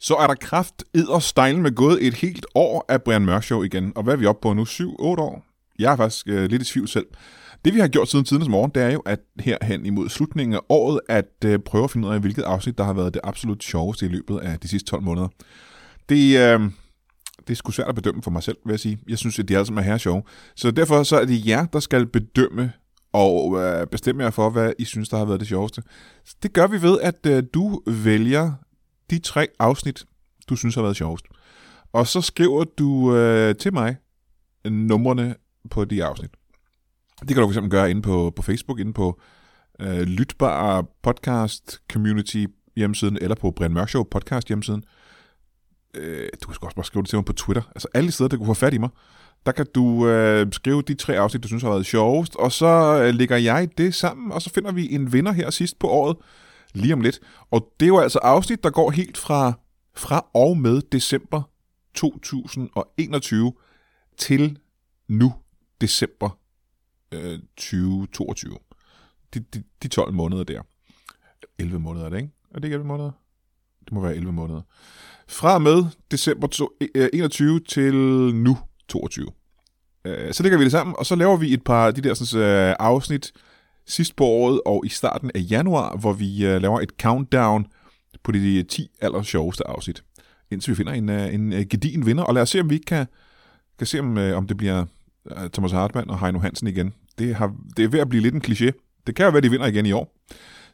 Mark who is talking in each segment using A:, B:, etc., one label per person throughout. A: Så er der kraft style med gået et helt år af Brian Mørk Show igen. Og hvad er vi oppe på nu? 7-8 år? Jeg er faktisk øh, lidt i tvivl selv. Det vi har gjort siden tidens morgen, det er jo at her hen imod slutningen af året, at øh, prøve at finde ud af, hvilket afsnit, der har været det absolut sjoveste i løbet af de sidste 12 måneder. Det, øh, det er sgu svært at bedømme for mig selv, vil jeg sige. Jeg synes, at de alle sammen er her sjove. Så derfor så er det jer, der skal bedømme og øh, bestemme jer for, hvad I synes, der har været det sjoveste. Det gør vi ved, at øh, du vælger de tre afsnit, du synes har været sjovest. Og så skriver du øh, til mig numrene på de afsnit. Det kan du fx gøre inde på, på Facebook, inde på øh, Lytbar Podcast Community hjemmesiden, eller på Brian Mørk Show Podcast hjemmesiden. Øh, du kan sgu også bare skrive det til mig på Twitter. Altså alle de steder, der kunne få fat i mig. Der kan du øh, skrive de tre afsnit, du synes har været sjovest, og så øh, lægger jeg det sammen, og så finder vi en vinder her sidst på året, lige om lidt. Og det er jo altså afsnit, der går helt fra, fra og med december 2021 til nu, december øh, 2022. De, de, de 12 måneder der. 11 måneder er det, ikke? Er det ikke 11 måneder? Det må være 11 måneder. Fra og med december to- øh, 21 til nu 22. Øh, Så lægger vi det sammen, og så laver vi et par af de der sådan, øh, afsnit sidst på året og i starten af januar, hvor vi øh, laver et countdown på de 10 aller sjoveste afsnit. Indtil vi finder en, øh, en øh, gedigen vinder, og lad os se, om vi ikke kan, kan se, om, øh, om det bliver øh, Thomas Hartmann og Heino Hansen igen. Det, har, det er ved at blive lidt en kliché. Det kan jo være, de vinder igen i år.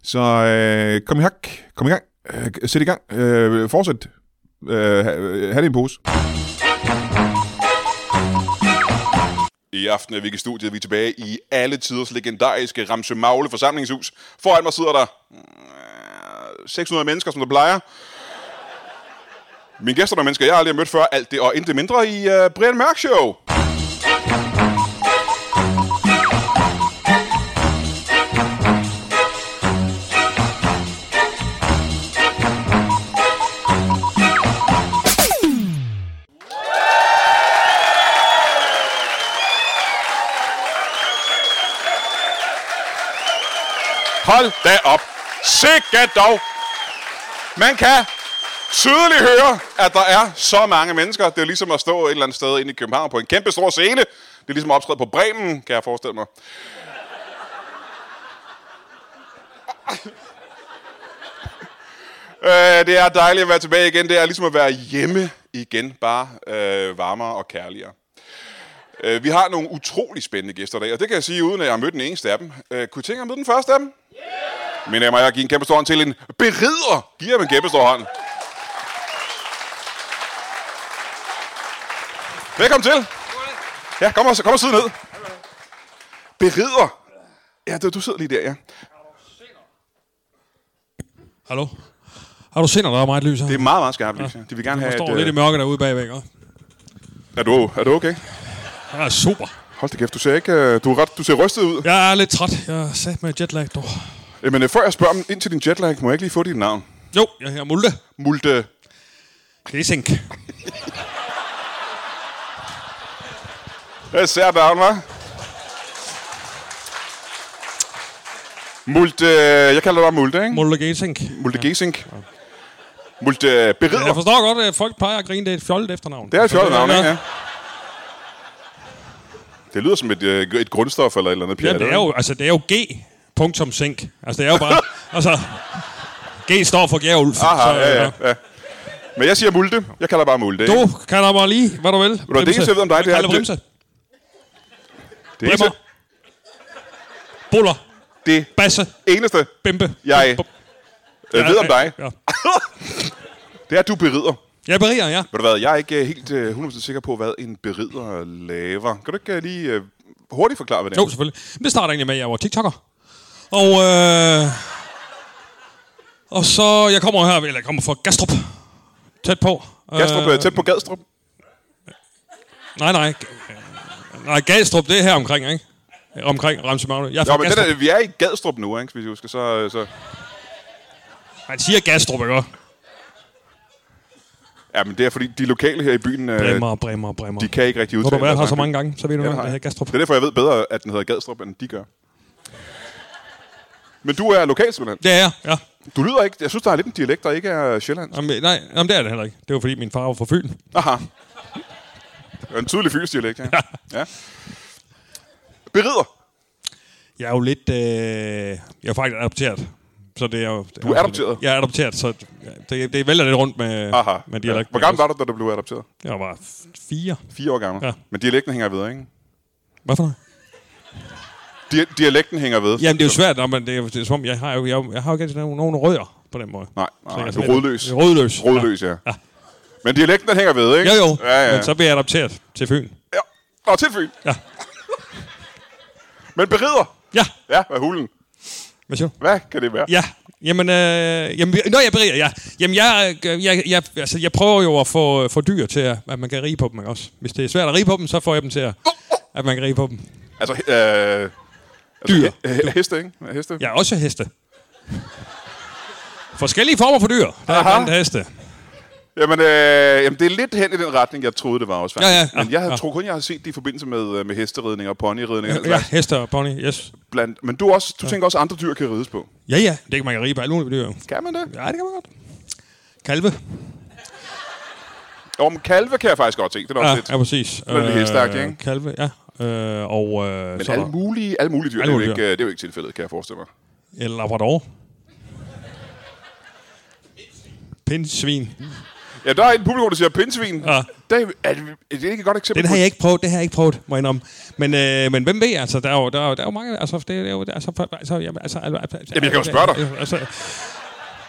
A: Så øh, kom i hak, kom i gang, øh, sæt i gang, øh, fortsæt, øh, ha, øh, ha' det i en pose. I aften er vi ikke i studiet, vi er tilbage i alle tiders legendariske Ramse Magle forsamlingshus. Foran mig sidder der øh, 600 mennesker, som der plejer. Mine gæster er mennesker, jeg aldrig har mødt før, alt det og intet mindre i øh, Brian Mørk Show. Hold da op. Sikke dog. Man kan tydeligt høre, at der er så mange mennesker. Det er ligesom at stå et eller andet sted inde i København på en kæmpe stor scene. Det er ligesom at optræde på Bremen, kan jeg forestille mig. Øh, det er dejligt at være tilbage igen. Det er ligesom at være hjemme igen, bare øh, varmere og kærligere. Øh, vi har nogle utrolig spændende gæster i dag, og det kan jeg sige, uden at jeg har mødt den eneste af dem. Øh, kunne I tænke jer at møde den første af dem? Yeah! Mine damer og herrer, giv en kæmpe stor hånd til en berider. Giv ham en kæmpe stor hånd. Velkommen til. Ja, kom og, kom og sidde ned. Berider. Ja, du, du sidder lige der, ja.
B: Hallo? Har du senere, der er meget lys her?
A: Det er meget, meget skarpt lys. Ja. De vil gerne
B: jeg
A: have
B: står
A: øh,
B: lidt i mørke derude bagved, ikke?
A: er, du, er du okay?
B: Jeg er super.
A: Hold da kæft, du ser, ikke, øh, du er ret, du ser rystet ud. Ja.
B: Jeg er lidt træt. Jeg er sat med jetlag, dog.
A: Jamen, øh, før jeg spørger om ind til din jetlag, må jeg ikke lige få dit navn?
B: Jo, jeg hedder Multe.
A: Multe
B: Glæsink.
A: Hvad ser der, hva'? Multe, øh, jeg kalder dig Multe, ikke?
B: Multe Glæsink.
A: Multe Gesink. Multe Berider.
B: Jeg forstår godt, at folk plejer at grine. Det er et fjollet efternavn.
A: Det er et fjollet navn,
B: Ja.
A: ikke? Ja. Det lyder som et, øh, et grundstof eller et eller andet pjat.
B: Jamen, det er jo, altså, det er jo G. Punktum sink. Altså, det er jo bare... altså, G står for Gjerulf.
A: Aha, ja, ja, ja. Men jeg siger Multe. Jeg kalder bare Multe. ikke?
B: Du kan da bare lige, hvad du vil.
A: det
B: Bremse.
A: eneste, jeg ved om dig, det er,
B: Jeg kalder
A: at du-
B: Bremse.
A: det er ikke
B: Bremmer.
A: så-
B: Buller.
A: det
B: Basse.
A: eneste,
B: Bimpe.
A: Jeg- jeg ved om
B: Ja,
A: dig,
B: Ja.
A: det er, at du berider.
B: Jeg beriger, ja.
A: Ved du hvad, jeg er ikke øh, helt øh, 100% sikker på, hvad en berider laver. Kan du ikke øh, lige øh, hurtigt forklare, hvad det er?
B: Jo, selvfølgelig. Men det starter egentlig med, at jeg var TikToker. Og, øh, og så, jeg kommer her, eller jeg kommer fra Gastrup. Tæt på.
A: Gastrup, øh, tæt på Gadstrup.
B: Nej, nej. Nej, Gastrup, det er her omkring, ikke? Omkring Ramse Magne. Jeg er fra
A: Nå, men den
B: Gastrup.
A: er, vi er i Gadstrup nu, ikke? Hvis vi husker, så... øh, så
B: Han siger Gastrup,
A: Øh,
B: ikke?
A: ja, men det er fordi, de lokale her i byen, øh,
B: Bremmer, bremmer, bremmer.
A: de kan ikke rigtig
B: Når
A: udtale
B: du har været her
A: deres
B: så
A: navn.
B: mange gange, så ved du,
A: Ja,
B: ja,
A: det har
B: hvad
A: jeg.
B: det hedder Gastrup.
A: Det er derfor, jeg ved bedre, at den hedder Gadstrup, end de gør. Men du er lokal, simpelthen.
B: Det er jeg, ja.
A: Du lyder ikke... Jeg synes, der er lidt en dialekt, der ikke er sjællandsk.
B: Jamen, nej, jamen, det er det heller ikke. Det var fordi, min far var fra Fyn.
A: Aha. Det er en tydelig fyns dialekt, ja. ja. Berider.
B: Jeg er jo lidt... Øh, jeg er faktisk adopteret. Så det er jo,
A: Du er adopteret?
B: Jeg er adopteret, så det, det vælter lidt rundt med,
A: Aha.
B: med dialekt.
A: Ja. Hvor gammel var du, da du blev adopteret?
B: Jeg var f- fire.
A: Fire år gammel.
B: Ja.
A: Ja. Men dialekten hænger ved, ikke?
B: Hvad for noget?
A: Di- dialekten hænger ved.
B: Jamen, det er jo svært, når man, det, er, det er, som om, jeg har jo, jeg, jeg har jo ikke altid nogen, nogen rødder på den måde.
A: Nej,
B: Så
A: nej,
B: jeg
A: du er
B: sådan lidt-
A: rodløs.
B: Rodløs.
A: Rådløs, ja. ja. Men dialekten, den hænger ved,
B: Ja.
A: ikke?
B: Jo, jo.
A: Ja, ja.
B: Men så bliver jeg adopteret til Fyn.
A: ja. Nå, til Fyn.
B: Ja.
A: Men berider.
B: Ja,
A: Ja, hvad hulen?
B: hvad siger du?
A: Hvad kan det være?
B: Ja, jamen, øh, jamen vi- nå, jeg beriger, ja. Jamen, jeg, øh, jeg, jeg, altså, jeg prøver jo at få, få dyr til, at, at man kan rige på dem, ikke også? Hvis det er svært at rige på dem, så får jeg dem til, at, at man kan rige på dem.
A: Altså, øh,
B: Dyr.
A: he- heste, ikke? Heste.
B: Jeg er også heste. Forskellige former for dyr. Der er
A: Aha.
B: blandt heste.
A: Jamen, øh, jamen, det er lidt hen i den retning, jeg troede, det var også.
B: Ja, ja,
A: faktisk.
B: ja,
A: Men jeg havde,
B: ja.
A: tror kun, jeg havde set det i forbindelse med, øh, med hesteridninger og ponyridninger.
B: Ja,
A: Ja.
B: heste og pony, yes.
A: Blandt, men du, også, du tænker også, andre dyr kan rides på.
B: Ja, ja, det kan man kan rige på alle mulige dyr. jo.
A: Kan man det?
B: Ja, det kan man godt. Kalve.
A: Jo, men kalve kan jeg faktisk godt se. Det er også
B: Ja,
A: ja, lidt.
B: ja præcis. Øh,
A: er lidt hesteagtigt, ikke?
B: Kalve, ja. Øh, og øh,
A: Men
B: så er
A: alle
B: der
A: mulige, alle mulige dyr,
B: Alle
A: alle det, er
B: mulige
A: jo ikke, øh, det er jo ikke tilfældet, kan jeg forestille mig.
B: en labrador. Pindsvin.
A: Ja, der er et publikum, der siger pindsvin. Ja. Det er, er, det, er det ikke et godt eksempel?
B: Den har
A: på-
B: jeg ikke prøvet, det har jeg ikke prøvet, må jeg indrømme. Men, øh, men hvem ved, altså, der er jo, der er jo, der er jo mange, altså, det er jo, altså, for, altså, jamen, altså, altså, altså,
A: Jamen, jeg kan jo spørge dig.
B: Altså,
A: Jeg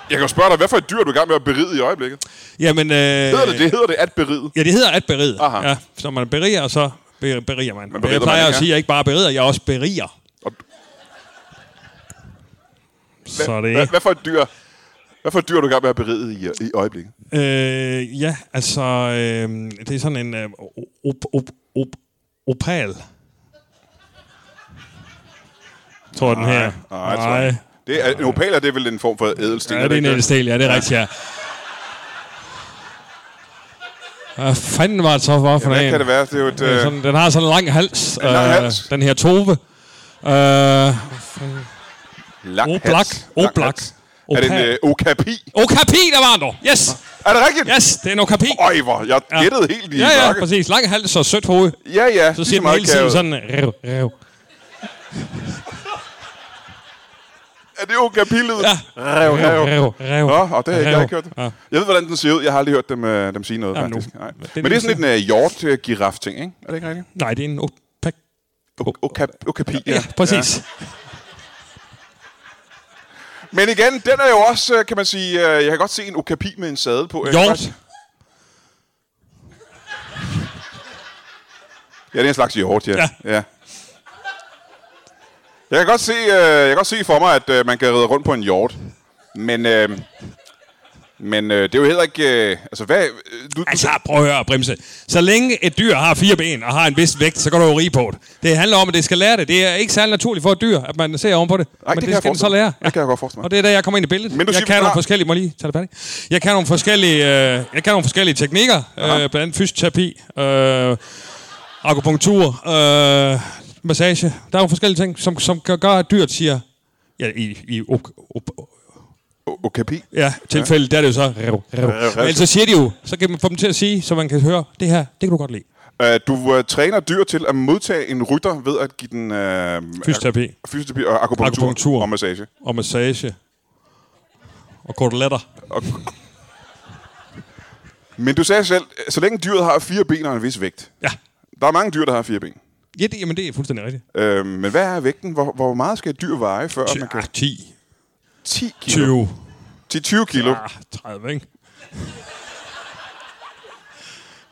A: kan jo spørge dig, hvad for et dyr er du i gang med at beride i øjeblikket?
B: jamen, øh,
A: Hedder det det? Hedder det at beride?
B: Ja, det hedder at beride.
A: Aha.
B: Ja, så man beriger, så be- beriger man. man
A: berider
B: jeg plejer
A: man,
B: at
A: ja.
B: sige, at jeg ikke bare berider, jeg også beriger.
A: Og-
B: Så det
A: Hvad, hvad for et dyr? Hvad for et dyr er du i gang med at beride i, i øjeblikket?
B: Øh, ja, altså, øh, det er sådan en øh, op, op, op, opal. Tror jeg, den her.
A: Nej, jeg tror ikke. Det er, en opal er det vel en form for ædelsten?
B: Ja, det er en
A: ikke
B: ædelstel, ja, det er rigtigt, ja. Hvad fanden var det så for, for
A: Hvad
B: en?
A: kan det være? Det er jo et...
B: Det er
A: Øh,
B: sådan, den har sådan en lang hals,
A: En lang
B: øh,
A: hals.
B: den her tove. Øh,
A: lang hals.
B: Oblak.
A: Lang
B: Oblak.
A: hals. Er det en
B: Opal.
A: øh, okapi?
B: Okapi, der var den dog. Yes,
A: Er det rigtigt?
B: yes, det er en okapi.
A: Øj, hvor jeg gættede helt i
B: Ja, ja,
A: mørket.
B: præcis. Lang hals og sødt hoved.
A: Ja, ja.
B: Så siger den hele tiden sådan, rev, rev.
A: Er det okapi-lyd?
B: Ja.
A: Rev, rev.
B: Rev, rev.
A: Nå, og det har jeg ikke,
B: Rev.
A: jeg ikke hørt.
B: Ja.
A: Jeg ved, hvordan den ser ud. Jeg har aldrig hørt dem, øh, dem sige noget,
B: Jamen, nu.
A: faktisk. Nej.
B: Det er
A: Men det er
B: lidt
A: sådan en uh, hjort-giraf-ting, ikke? Er det ikke rigtigt?
B: Nej, det er en opak.
A: O- okap- Okapi,
B: Ja, præcis.
A: Men igen, den er jo også, øh, kan man sige... øh, Jeg kan godt se en okapi med en sadel på. Jeg kan
B: Hjort.
A: faktisk- Ja, det er en slags hjort, ja.
B: Ja.
A: ja. ja. Jeg kan, godt se, øh, jeg kan godt se for mig, at øh, man kan ride rundt på en hjort. Men, øh, men øh, det er jo heller ikke... Øh, altså, hvad... øh, Du,
B: Altså, prøv at høre, Bremse. Så længe et dyr har fire ben og har en vis vægt, så går du jo rige på det. Det handler om, at det skal lære det. Det er ikke særlig naturligt for et dyr, at man ser ovenpå det.
A: Nej,
B: Men
A: det
B: det,
A: kan jeg
B: skal den så
A: forestille mig.
B: lære.
A: Det kan jeg godt forestille mig.
B: Og det er da, jeg kommer ind i billedet.
A: Men du
B: jeg
A: siger,
B: kan
A: du
B: nogle
A: har-
B: forskellige... Må jeg lige tage det færdigt. Jeg kan nogle forskellige, øh, jeg kan nogle forskellige teknikker. Øh, blandt andet fysioterapi, øh, akupunktur, øh, massage. Der er nogle forskellige ting, som, som gør, gør, at dyret siger... Ja, i, i op, op,
A: o- okapi?
B: Ja, tilfælde, ja. der er det jo så... Rev, rev.
A: Rev, rev.
B: Men ellers så siger de jo, så kan man få dem til at sige, så man kan høre, det her, det kan du godt lide.
A: Øh, du øh, træner dyr til at modtage en rytter ved at give den... Øh,
B: Fysioterapi
A: ak- fysioterapi og akupunktur,
B: Akupunktur.
A: og massage.
B: og massage og koteletter.
A: Og, men du sagde selv, øh, så længe dyret har fire ben og en vis vægt.
B: Ja,
A: Der er mange dyr, der har fire ben.
B: ja det, jamen, det er fuldstændig rigtigt.
A: Øh, men hvad er vægten? Hvor, hvor meget skal et dyr veje, før man
B: Ja,
A: kan...
B: 10,
A: 10 kilo.
B: 20,
A: 10-20 kilo.
B: ah, 30, ikke?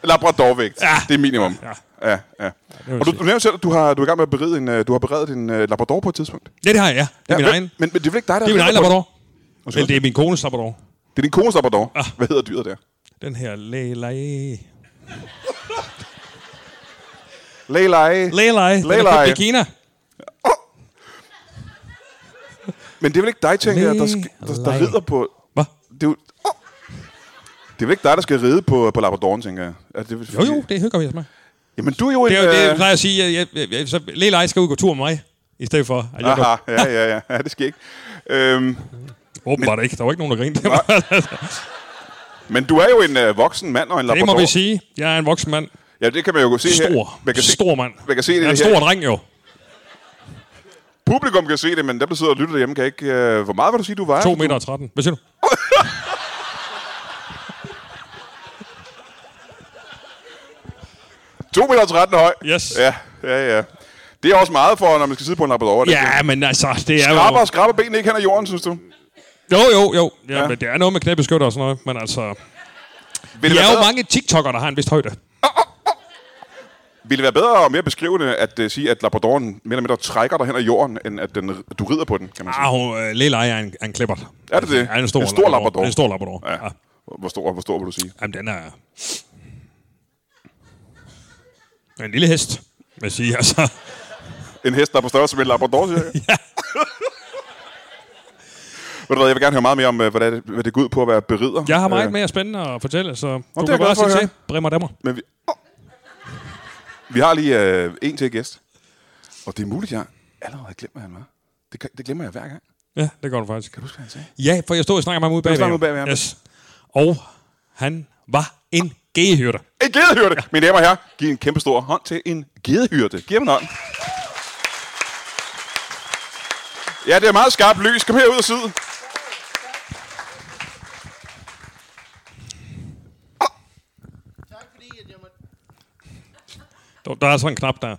A: Labradorvægt.
B: Ja.
A: Det er minimum.
B: Ja.
A: Ja, ja.
B: vil
A: Og du,
B: sige.
A: du nævnte selv, at du har, du er i gang med at berede en, øh, du har beredet en uh, Labrador på et tidspunkt.
B: Ja, det har jeg, ja. Det er ja, min
A: hvem-
B: egen.
A: Men, men det er vel ikke dig, der
B: Det er min
A: har
B: egen
A: lavet
B: labrador. Eller det er min kones labrador.
A: Det er din kones Labrador.
B: Ah.
A: Hvad hedder dyret der?
B: Den her lelej.
A: Lelej. Lelej.
B: Lelej. Den er købt i Kina.
A: Men det er vel ikke dig, tænker jeg, der, skal, der, der
B: Lelej.
A: rider på...
B: Hvad?
A: Det er, jo, oh. det er vel ikke dig, der skal ride på, på Labradoren, tænker jeg. Er det,
B: Jo, jo, det hygger vi os med.
A: Jamen, du er jo en...
B: Det er jo det, jeg
A: øh,
B: plejer at sige. Jeg, jeg, jeg, så lelej skal ud og gå tur med mig, i stedet for at jeg går
A: Aha, ja, ja, ja, ja, det skal jeg ikke. Øhm,
B: Åbenbart ikke. Der var ikke nogen, der grinte. Det, var,
A: Men du er jo en øh, voksen mand og en
B: det må
A: labrador.
B: vi sige. Jeg er en voksen mand.
A: Ja, det kan man jo se her.
B: Stor.
A: Man kan se,
B: Stor mand.
A: man kan se det
B: Jeg er en
A: her.
B: stor dreng jo.
A: Publikum kan se det, men dem, der sidder og lytter derhjemme, kan ikke... Øh, hvor meget var du sige, du vejer?
B: 2 meter og 13. Hvad siger du?
A: To meter og 13 høj.
B: Yes.
A: Ja, ja, ja. Det er også meget for, når man skal sidde på en labrador. er det ikke?
B: Ja, men altså, det er
A: Skraber,
B: jo...
A: skraber benene ikke hen ad jorden, synes du?
B: Jo, jo, jo. Ja,
A: Ja.
B: ja. men det er noget med knæbeskytter og sådan noget. Men altså,
A: Vil
B: der
A: det,
B: er
A: være
B: jo
A: bedre,
B: mange TikTok'ere, der har en vist højde.
A: vil det være bedre og mere beskrivende at uh, sige, at labradoren mere eller mindre trækker dig hen ad jorden, end at den, du rider på den, kan man sige?
B: Ah, hun, øh, Leila er en, er en klippert.
A: Er det det?
B: Ja, en stor,
A: En stor labrador.
B: Det er En stor labrador. Ja. ja.
A: Hvor stor, hvor stor vil du sige?
B: Jamen, den er... En lille hest, vil jeg sige. Altså,
A: En hest, der er på størrelse med en labrador, siger jeg. ja. Ved du hvad, jeg vil gerne høre meget mere om, øh, hvad det, er- hvad det går ud på at være berider.
B: jeg har meget
A: Øh,
B: mere spændende at fortælle, så
A: er
B: du
A: jeg
B: kan
A: glad
B: bare
A: for at
B: sige til.
A: høre.
B: Brimmer dammer.
A: Men vi, oh. vi har lige øh, en til gæst. Og det er muligt, jeg allerede glemmer, hvad han var. Det, kan- det glemmer jeg hver gang.
B: Ja, det gør du faktisk.
A: Kan du huske, hvad han sagde?
B: Ja, for jeg stod og snakkede med ham ude bagved.
A: snakkede ude bagved ham.
B: ham. Yes. Og han var en gehyrte.
A: En gedehyrde! Ja. Mine damer og herrer, giv en kæmpe stor hånd til en gedehyrde. Giv ham en hånd. Ja, det er meget skarpt lys. Kom herud og sid.
C: Tak fordi, at jeg måtte...
B: Der, der er sådan en knap der.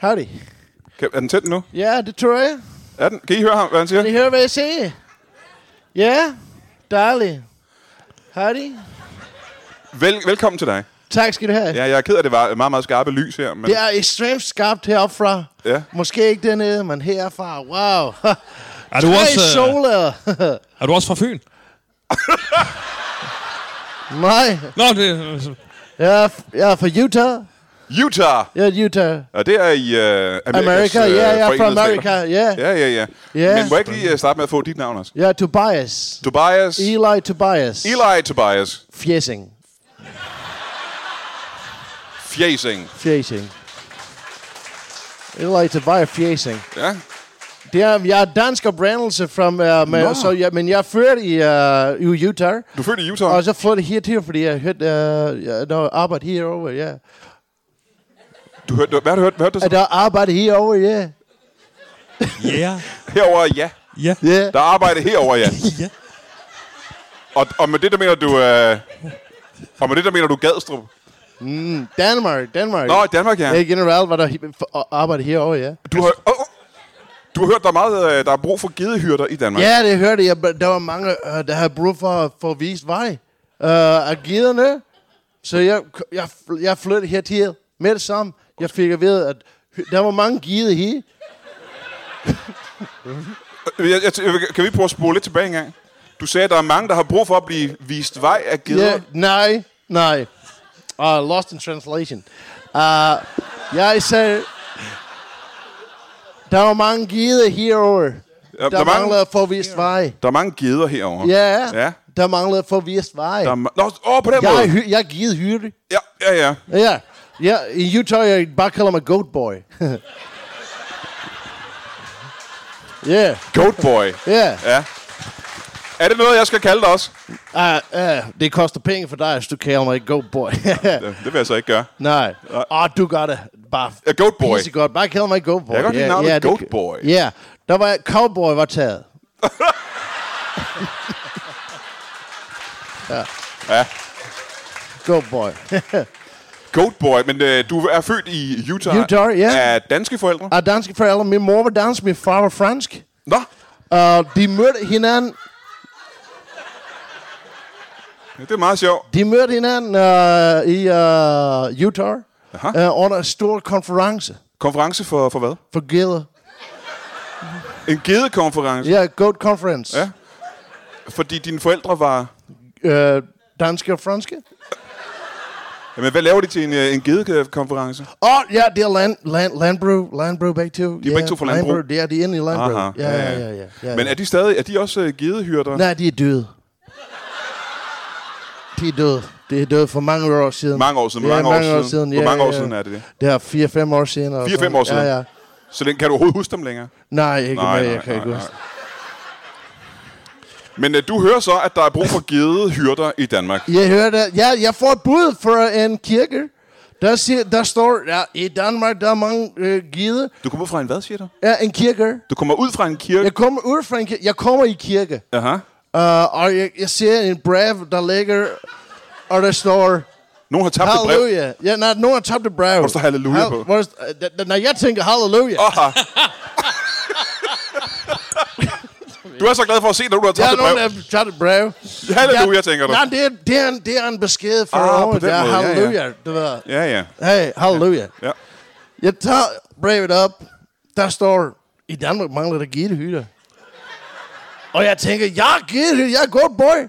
C: Howdy.
A: Kan, er den tændt nu?
C: Ja, det tror jeg.
A: Er den? Kan I høre ham, hvad han siger?
C: Kan I høre, hvad jeg siger? Ja, dejligt. Howdy.
A: Vel, velkommen til dig.
C: Tak skal du have.
A: Ja, jeg er ked af, at det var meget, meget skarpe lys her. Men
C: Det er ekstremt skarpt heropfra.
A: Ja.
C: Måske ikke dernede, men herfra. Wow.
B: Er du,
C: Tre
B: også, øh,
C: soler.
B: er du også fra Fyn?
C: Nej,
B: Nå, det,
C: jeg er, f- jeg er fra Utah.
A: Utah!
C: Jeg er i Utah.
A: Og det er i øh, Amerikas,
C: America,
A: øh,
C: ja, jeg er fra
A: Forenede Stater.
C: America, ja.
A: Ja, ja, ja.
C: Ja.
A: Men må jeg ikke lige øh, starte med at få dit navn også?
C: Jeg er Tobias.
A: Tobias.
C: Eli Tobias.
A: Eli Tobias.
C: Fjæsing.
A: Fjæsing.
C: Fjæsing. Eli Tobias Fjæsing.
A: Ja.
C: Det er, jeg er dansk oprindelse fra, uh,
A: Nå.
C: med, så jeg, men jeg er født i, uh, i Utah,
A: Du er født i Utah.
C: og så flyttede jeg hertil, fordi jeg hørte uh, jeg, der var arbejde herovre, ja.
A: Du hørte, hvad har du hørt? Hvad hørte du
C: At
A: så?
C: der er arbejde herovre, ja.
B: ja,
A: Herover, ja.
B: ja,
C: Ja,
A: Der er arbejde herover, ja.
B: ja.
A: Og, og med det, der mener du... Øh, og med det, der mener du Gadstrup.
C: Danmark, Danmark.
A: Nå, i Danmark, ja.
C: Ja, generelt var der he- for- og arbejde herovre, ja.
A: Du har, oh, oh. du har hørt, der er, meget, øh, der er brug for gedehyrder i Danmark.
C: Ja, det hørte jeg, men der var mange, uh, der havde brug for, for at vise vej uh, af giderne. Så jeg, jeg, jeg flyttede hertil med det samme. Jeg fik at vide, at der var mange gider her.
A: Øh, Jeg, jeg, jeg, kan vi prøve at spole lidt tilbage engang? Du sagde, at der er mange, der har brug for at blive vist vej af geder.
C: Ja, nej, nej. Uh, lost in translation. Uh, jeg sagde, der var mange gider herovre.
A: der
C: Der,
A: er
C: der
A: mange-
C: mangler forvist vej.
A: Der er mange geder herover.
C: Ja,
A: Ja.
C: der mangler forvist vej.
A: Der er ma- Nå, åh, på den
C: Jeg,
A: måde.
C: er hy- jeg er givet hyrde.
A: Ja, ja, ja.
C: Ja, ja i Utah, jeg bare kalder mig goat boy. Ja,
A: Goat boy.
C: ja.
A: Ja. Er det noget, jeg skal kalde dig også?
C: Ah, ah, Det koster penge for dig, hvis du kalder mig goat boy.
A: Ja, det vil jeg så ikke gøre.
C: Nej. Åh, oh, du gør det bare
A: Ja, Goat Boy.
C: pisse godt. Bare kald mig Goat Boy.
A: Jeg kan godt lide navnet
C: det-
A: Goat Boy.
C: Ja, der var Cowboy var taget.
A: Ja.
C: Goat Boy.
A: Goat boy, men øh, du er født i Utah.
C: Utah, ja. Ah.
A: Af danske forældre.
C: Og danske forældre. Min mor var dansk, min far var fransk.
A: Nå,
C: Og de mødte hinanden.
A: ja, det er meget sjovt.
C: De mødte hinanden uh, i uh, Utah
A: Aha.
C: uh, under en stor konference
A: Konference for, for hvad?
C: for geder.
A: En gedekonference.
C: Ja, Goat Conference.
A: Ja. Fordi dine forældre var...
C: Uh, danske og franske.
A: Jamen, hvad laver de til en, øh, en gedekonference?
C: Åh, oh, ja, det er land, land, landbrug, landbrug begge to. De
A: er begge to fra landbrug?
C: Ja, de er inde i landbrug.
A: Aha,
C: Ja,
A: ja,
C: ja,
A: ja.
C: ja, ja, ja.
A: Men er de stadig... Er de også øh, gedehyrder?
C: Nej, de er døde. De er døde. De er døde for mange år siden.
A: Mange år siden, hvor
C: Ja,
A: mange år
C: mange år
A: siden?
C: siden.
A: Hvor
C: Ja,
A: mange år
C: ja.
A: siden er det det?
C: Det er 4-5 år siden. eller
A: Fire, fem
C: sådan.
A: år siden?
C: Ja, ja.
A: Så den, kan du overhovedet huske dem længere?
C: Nej, ikke
A: Nej,
C: mere.
A: nej,
C: Jeg kan
A: nej,
C: ikke
A: nej.
C: huske.
A: Men øh, du hører så, at der er brug for gedehyrder i Danmark.
C: Jeg hørte, ja, jeg får et bud fra en kirke. Der, siger, der står, ja, i Danmark, der er mange øh, gider.
A: Du kommer ud fra en hvad, siger du?
C: Ja, en kirke.
A: Du kommer ud fra en kirke.
C: Jeg kommer ud fra en kirke. Jeg kommer i kirke.
A: Aha.
C: Uh, og jeg, jeg ser en brev, der ligger, og der står,
A: Nogen har tabt et brev.
C: halleluja. Ja, nej, nogen har tabt et brev. Hvor
A: der står halleluja på?
C: Hvor, der- øh, da- da- når jeg tænker halleluja,
A: Aha. Du er så glad for at se, når du har
C: der
A: tabt
C: er
A: et brev.
C: nogen, der har tabt et brev.
A: Halleluja,
C: Jeg-
A: tænker du.
C: Nej, det er, det, er en, det er en besked for
A: Ah,
C: ah,
A: på
C: oven.
A: den
C: Det er
A: måde, ja, ja.
C: halleluja, du ved.
A: Ja, ja.
C: Hey, halleluja.
A: Ja.
C: Jeg tager brevet op. Der står, i Danmark mangler der gildehytter. Og jeg tænker, jeg er gildehytter, jeg er godt boy.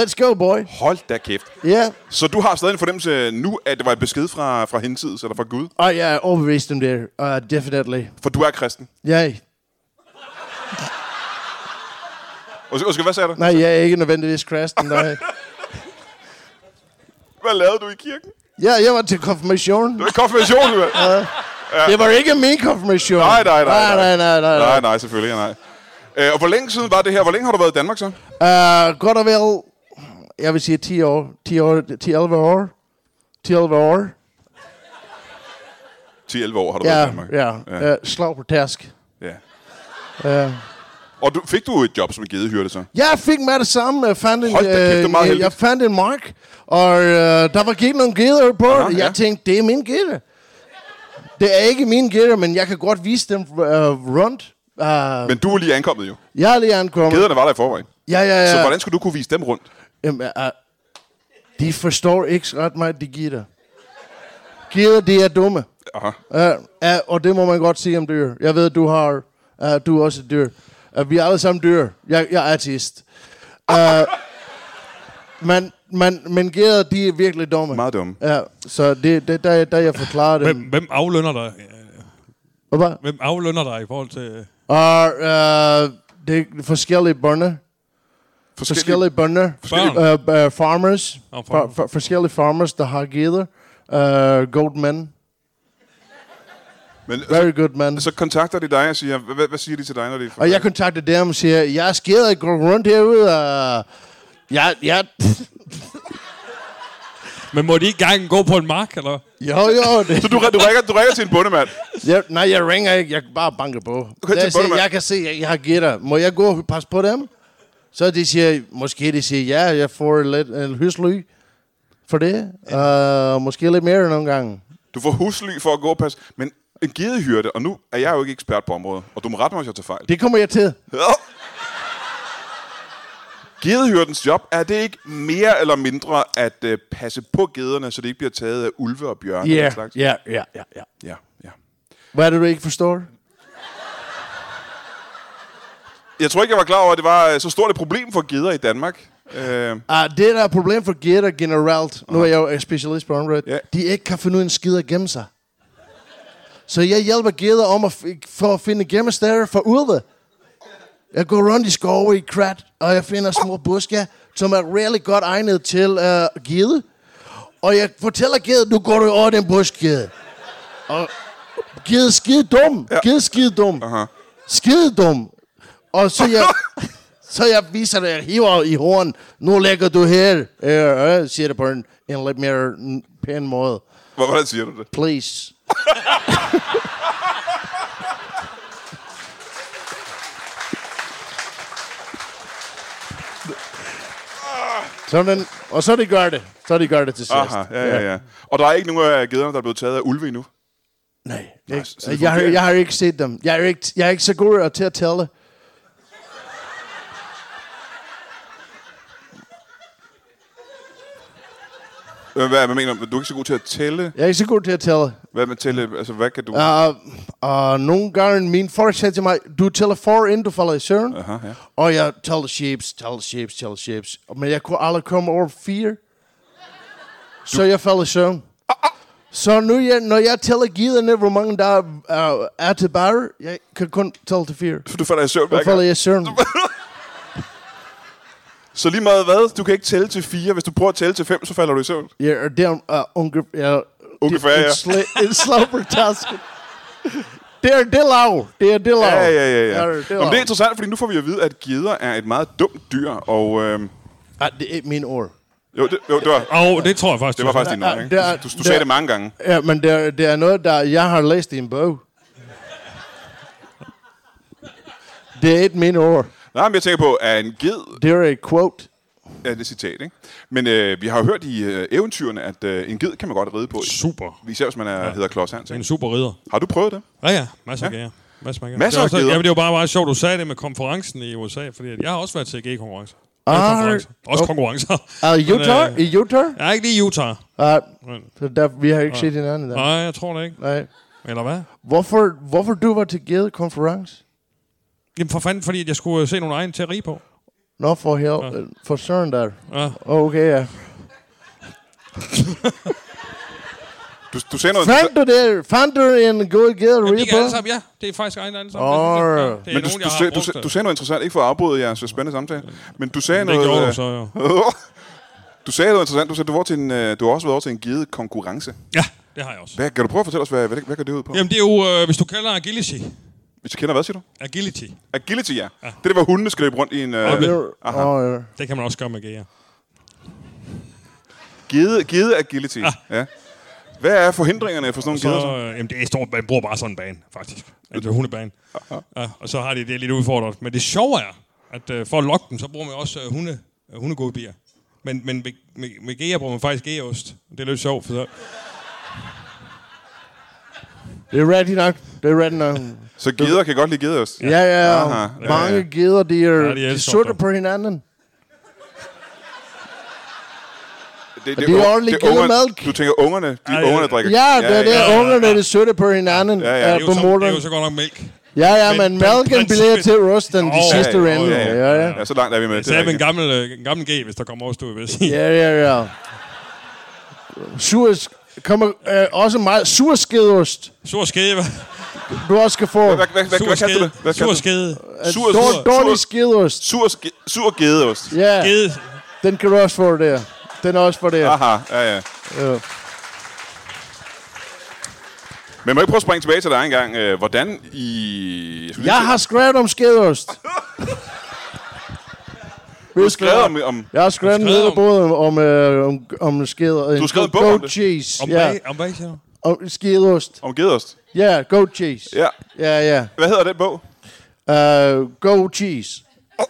C: Let's go, boy.
A: Hold da kæft.
C: Ja, yeah.
A: Så du har stadig en fornemmelse nu, at det var et besked fra, fra hensides eller fra Gud?
C: og jeg er overbevist om det, uh, definitely.
A: For du er kristen.
C: Jeg, yeah.
A: Og så, og så hvad sagde du?
C: nej, jeg er ikke nødvendigvis kristen. Nej.
A: Hvad lavede du i kirken?
C: Ja, jeg var til konfirmation.
A: Det var konfirmation, du var.
C: Det var ikke min konfirmation.
A: Nej, nej, nej.
C: Nej, nej, nej, nej. nej.
A: Nej, nej, selvfølgelig, nej. Øh, og hvor længe siden var det her? Hvor længe har du været i Danmark så?
C: Uh, godt og vel, jeg vil sige 10 år. 10 år, 10-11 år. 10-11 år.
A: 10-11 år har du været i
C: Ja,
A: Danmark.
C: ja.
A: ja.
C: ja. Uh, slag på task.
A: ja.
C: Uh,
A: Og du, fik du et job som gedehyrde så?
C: jeg fik med det samme. Jeg fandt en, øh,
A: Hold da kæft, det er meget
C: jeg,
A: heldigt.
C: jeg fandt en mark, og uh, der var givet nogle geder på.
A: Aha,
C: Aha, jeg
A: ja.
C: tænkte, det er min geder. Det er ikke min geder, men jeg kan godt vise dem uh, rundt. Uh,
A: Men du er lige ankommet jo.
C: jeg er lige ankommet.
A: Gederne var der i forvejen.
C: Ja, ja, ja.
A: Så hvordan skulle du kunne vise dem rundt?
C: Jamen, uh, de forstår ikke ret meget, de gider. Gider, de er dumme.
A: Aha.
C: Ja, ja, og det må man godt sige om dyr. Jeg ved, du har, uh, du er også et dyr. Uh, vi er alle sammen dyr. Jeg, jeg er artist. Uh, men, men, men geder, de er virkelig dumme.
A: Meget dumme.
C: Ja, så det, det der, der jeg forklarer
B: Hvem,
C: det.
B: hvem aflønner dig? øh,
C: Hvad?
B: Hvem aflønner dig i forhold til... øh,
C: Og uh, det er forskellige bønder. Forskellige bønder.
B: Forskellige-
C: Uh, uh, farmers.
B: Nå,
C: Oh,
B: farmer.
C: for, for, forskellige farmers, der har geder. Uh, good men.
A: Men så,
C: Very good men.
A: så kontakter de dig og siger, hvad, hvad siger de til dig, når de
C: Og jeg kontakter dem og siger, jeg er skæret og går rundt herude, og jeg, jeg,
B: Men må de ikke engang gå på en mark, eller?
C: jo, jo,
A: Så
C: det,
A: du, du, ringer, du ringer til en bondemand.
C: jeg, nej, jeg ringer ikke, jeg bare banker på.
A: til
C: Jeg, siger,
A: Bornemann.
C: jeg kan se, at jeg har gitter. Må jeg gå og passe på dem? Så de siger, måske de siger, ja, jeg får lidt en hysly for det. Og måske lidt mere nogle gange.
A: Du får husly for at gå og passe. Men en gedehyrde, og nu er jeg jo ikke ekspert på området, og du må rette mig, hvis jeg tager fejl.
C: Det kommer jeg til.
A: Ja. Gedehyrdens job, er det ikke mere eller mindre at øh, passe på gederne, så det ikke bliver taget af ulve og bjørne? og den
C: Ja,
A: slags?
C: ja, ja, ja, ja.
A: ja, ja.
C: Hvad er det, du ikke forstår?
A: Jeg tror ikke, jeg var klar over, at det var øh, så stort et problem for geder i Danmark. Øh,
C: Ah, det der er et problem for gætter generelt, nu er jeg jo øh, specialist på området,
A: Ja.
C: yeah. de ikke kan finde ud af en skid at gemme sig. Så jeg hjælper gætter om at, f- for at finde gemmesteder for ulve. Jeg går rundt i skove i krat, og jeg finder små buske, som er really godt egnet til uh, gæde. Og jeg fortæller gæde, nu går du over den busk, gæde. Og gæde er skide dum.
A: Ja.
C: Gæde er skide dum.
A: aha.
C: Skide dum. Og så jeg, så jeg viser det, jeg hiver i horn. Nu ligger du her, øh, øh, siger det på en, en lidt mere mm, pæn måde.
A: Hvor- Hvordan siger du det?
C: Please. Sådan, og så de gør det. Så de gør det til sidst.
A: Aha, ja, ja, ja. Og der er ikke nogen af gederne, der er blevet taget af ulve endnu.
C: Nej,
A: så det
C: ikke. Jeg, har,
A: fungerer.
C: jeg har ikke set dem. Jeg er ikke, jeg er ikke så god til at tælle.
A: Øh, Hvad, hvad mener du? Du er ikke så god til at tælle.
C: Jeg er ikke så god til at tælle.
A: Hvad med tælle? Altså, hvad kan du?
C: Og, og nogle gange, min far sagde til mig, du tæller for, inden du falder i søvn.
A: Aha, ja.
C: Og jeg tæller chips, tæller chips, tæller chips. Men jeg kunne aldrig komme over fire. Så jeg falder i søvn.
A: Ah,
C: Så nu, nou, jeg, når jeg tæller giderne, hvor mange der uh, er tilbage, jeg kan kun tælle til fire.
A: Du falder i søvn
C: Så
A: hver
C: falder
A: gang.
C: jeg i søvn.
A: Så lige meget hvad? Du kan ikke tælle til fire. Hvis du prøver at tælle til fem, så falder du i søvn.
C: Ja, og det er uh, unge, eh, ja,
A: Ungefær,
C: det-
A: ja.
C: En, sla, en slapper taske. Det er Dillau. Det er Dillau.
A: Ja, ja, ja. ja.
C: Det er Dillau.
A: Om det er interessant, fordi nu får vi at vide, at geder er et meget dumt dyr, og... Øh,
C: Ah, det er ikke min ord.
A: jo, det, jo, det, var,
B: Og det tror jeg faktisk.
A: det var
B: du har.
A: faktisk din
C: Ja,
A: ord, ikke?
C: det er-
A: Du, du
C: det
A: sagde
C: er-
A: det mange gange.
C: Ja, men det er, det er noget, der jeg har læst i en bog. Det er ikke min ord.
A: Nej, men jeg tænker på, at en ged
C: Det er et quote.
A: Ja, det er et citat, ikke? Men øh, vi har jo hørt i øh, eventyrene, at øh, en ged kan man godt ride på.
B: Super.
A: Især hvis man er, ja. hedder Klods Hans.
B: En
A: Ikke?
B: super ridder.
A: Har du prøvet det?
B: Ja, ja. Masser af ja. Masser af gære.
A: Masser
B: det er
A: af
B: også,
A: geder.
B: Jamen, det var bare meget sjovt, du sagde det med konferencen i USA, fordi at jeg har også været til G-konkurrencer. Alle
C: Ah.
B: konferencer. Også
C: Oh.
B: konkurrencer.
C: Er
B: Men,
C: i Utah?
B: øh,
C: I Utah?
B: Jeg er ikke lige i Utah.
C: Uh, så der, vi har ikke set hinanden der.
B: Nej, jeg tror det ikke.
C: Nej.
B: Eller hvad?
C: Hvorfor, hvorfor du var til givet konference?
B: Jamen for fanden, fordi at jeg skulle øh, se nogle egne til at rige på.
C: Nå, for, hel, ja. for søren der.
B: Ja.
C: Åh, Okay, ja.
A: Du, du sagde noget...
C: Fandt du, det? Fandt du en god givet
B: Jamen, ikke alle
C: ribbe?
B: sammen, ja. Det er faktisk egen alle sammen.
C: Åh.
B: Det, det, det, det er
A: men du,
B: nogen,
A: du,
B: jeg
A: sagde,
B: har
A: du,
B: brugt. øh,
A: sagde- du sagde noget interessant. Ikke for at afbryde jeres spændende samtale. Men du sagde
B: det
A: noget...
B: gjorde
A: øh,
B: du så, jo.
A: du sagde noget interessant. Du sagde, du, var til en, øh, du har også været over til en givet konkurrence.
B: Ja, det har jeg også.
A: Hvad, kan du prøve at fortælle os, hvad, hvad, hvad går det ud på?
B: Jamen, det er jo, øh, hvis du kalder agility.
A: Hvis du kender, hvad siger du?
B: Agility.
A: Agility, ja. ja. Det der, hvor hundene skal løbe rundt i en... Øh,
B: Okay.
A: Aha.
C: Åh, ja.
B: Det kan man også gøre med gear.
A: Gede, gede agility. Ja. Hvad er forhindringerne for sådan nogle
B: Så,
A: geder? så?
B: øh, jamen, det er stort, man bruger bare sådan en bane, faktisk. Altså hundebane. Ja, og så har de det lidt udfordret. Men det sjove er, at øh, for at lokke dem, så bruger man også øh, hunde, øh, hundegodbier. Men, men med, med, med gear bruger man faktisk geost. Det er lidt sjovt, for så,
C: Det er rigtigt nok. Det er rigtigt nok.
A: Så geder kan godt lide gedeost.
C: Ja, ja.
A: Aha, ja,
C: Mange
A: ja.
C: geder, de er,
B: Ja, de
C: de
B: elsker
C: sutter
B: dem.
C: på hinanden.
A: Det,
C: Og de er
A: unge-
C: ordentligt
A: det er
C: givet
A: ungerne-
C: mælk.
A: Du tænker ungerne, de
B: Ej,
A: ungerne
B: ja.
A: drikker.
C: Ja, det er
A: ja.
C: det. Ungerne, de sutter på hinanden
A: Ja, ja.
C: øh,
B: det, er
C: på
B: jo så, det er jo
C: morgenen.
B: så godt nok mælk.
C: Ja, ja,
B: Men-
C: men
B: men
C: mælken bliver
B: princippet-
C: til rusten de
B: Åh,
C: sidste
A: ja,
C: rende.
A: ja,
C: Ja, ja.
A: Ja, så langt er vi med.
B: Jeg
A: Det er
B: sagde med en
A: rigtigt.
B: gammel, øh, en gammel G, hvis der kommer overstået, vil jeg sige.
C: Ja, ja, ja. Surs kommer øh, også meget surskedost.
B: Sur skede, hva'?
C: Du også skal få
A: Hvad, hvad, hvad,
B: Sur
A: hvad kaldte du det? Hvad
B: skede. Sur
A: kaldte du det?
B: skede.
A: Sur, sur,
C: dår, dårlig skedost.
A: sur, ske- sur gedeost.
C: Ja,
B: Gede.
C: den kan du også få der. Den er også for der.
A: Aha, ja, ja.
C: Ja.
A: Men må jeg ikke prøve at springe tilbage til dig engang. øh, Hvordan i... Jeg, skulle lige
C: Jeg
A: se-
C: har skrevet om skedost.
A: Du har skrevet om... om
C: Jeg har skrevet en
B: skrevet om-
C: lederbåd om, om, øh, om, om skeder. Du
A: har skrevet en bog om det?
C: cheese.
B: Om
C: ja,
B: bag, om bag, siger du?
C: om skedost.
A: om gedeost.
C: Ja, Oh, goat cheese.
A: Ja.
C: Ja, ja.
A: Hvad hedder den bog?
C: Uh, goat cheese.
A: Den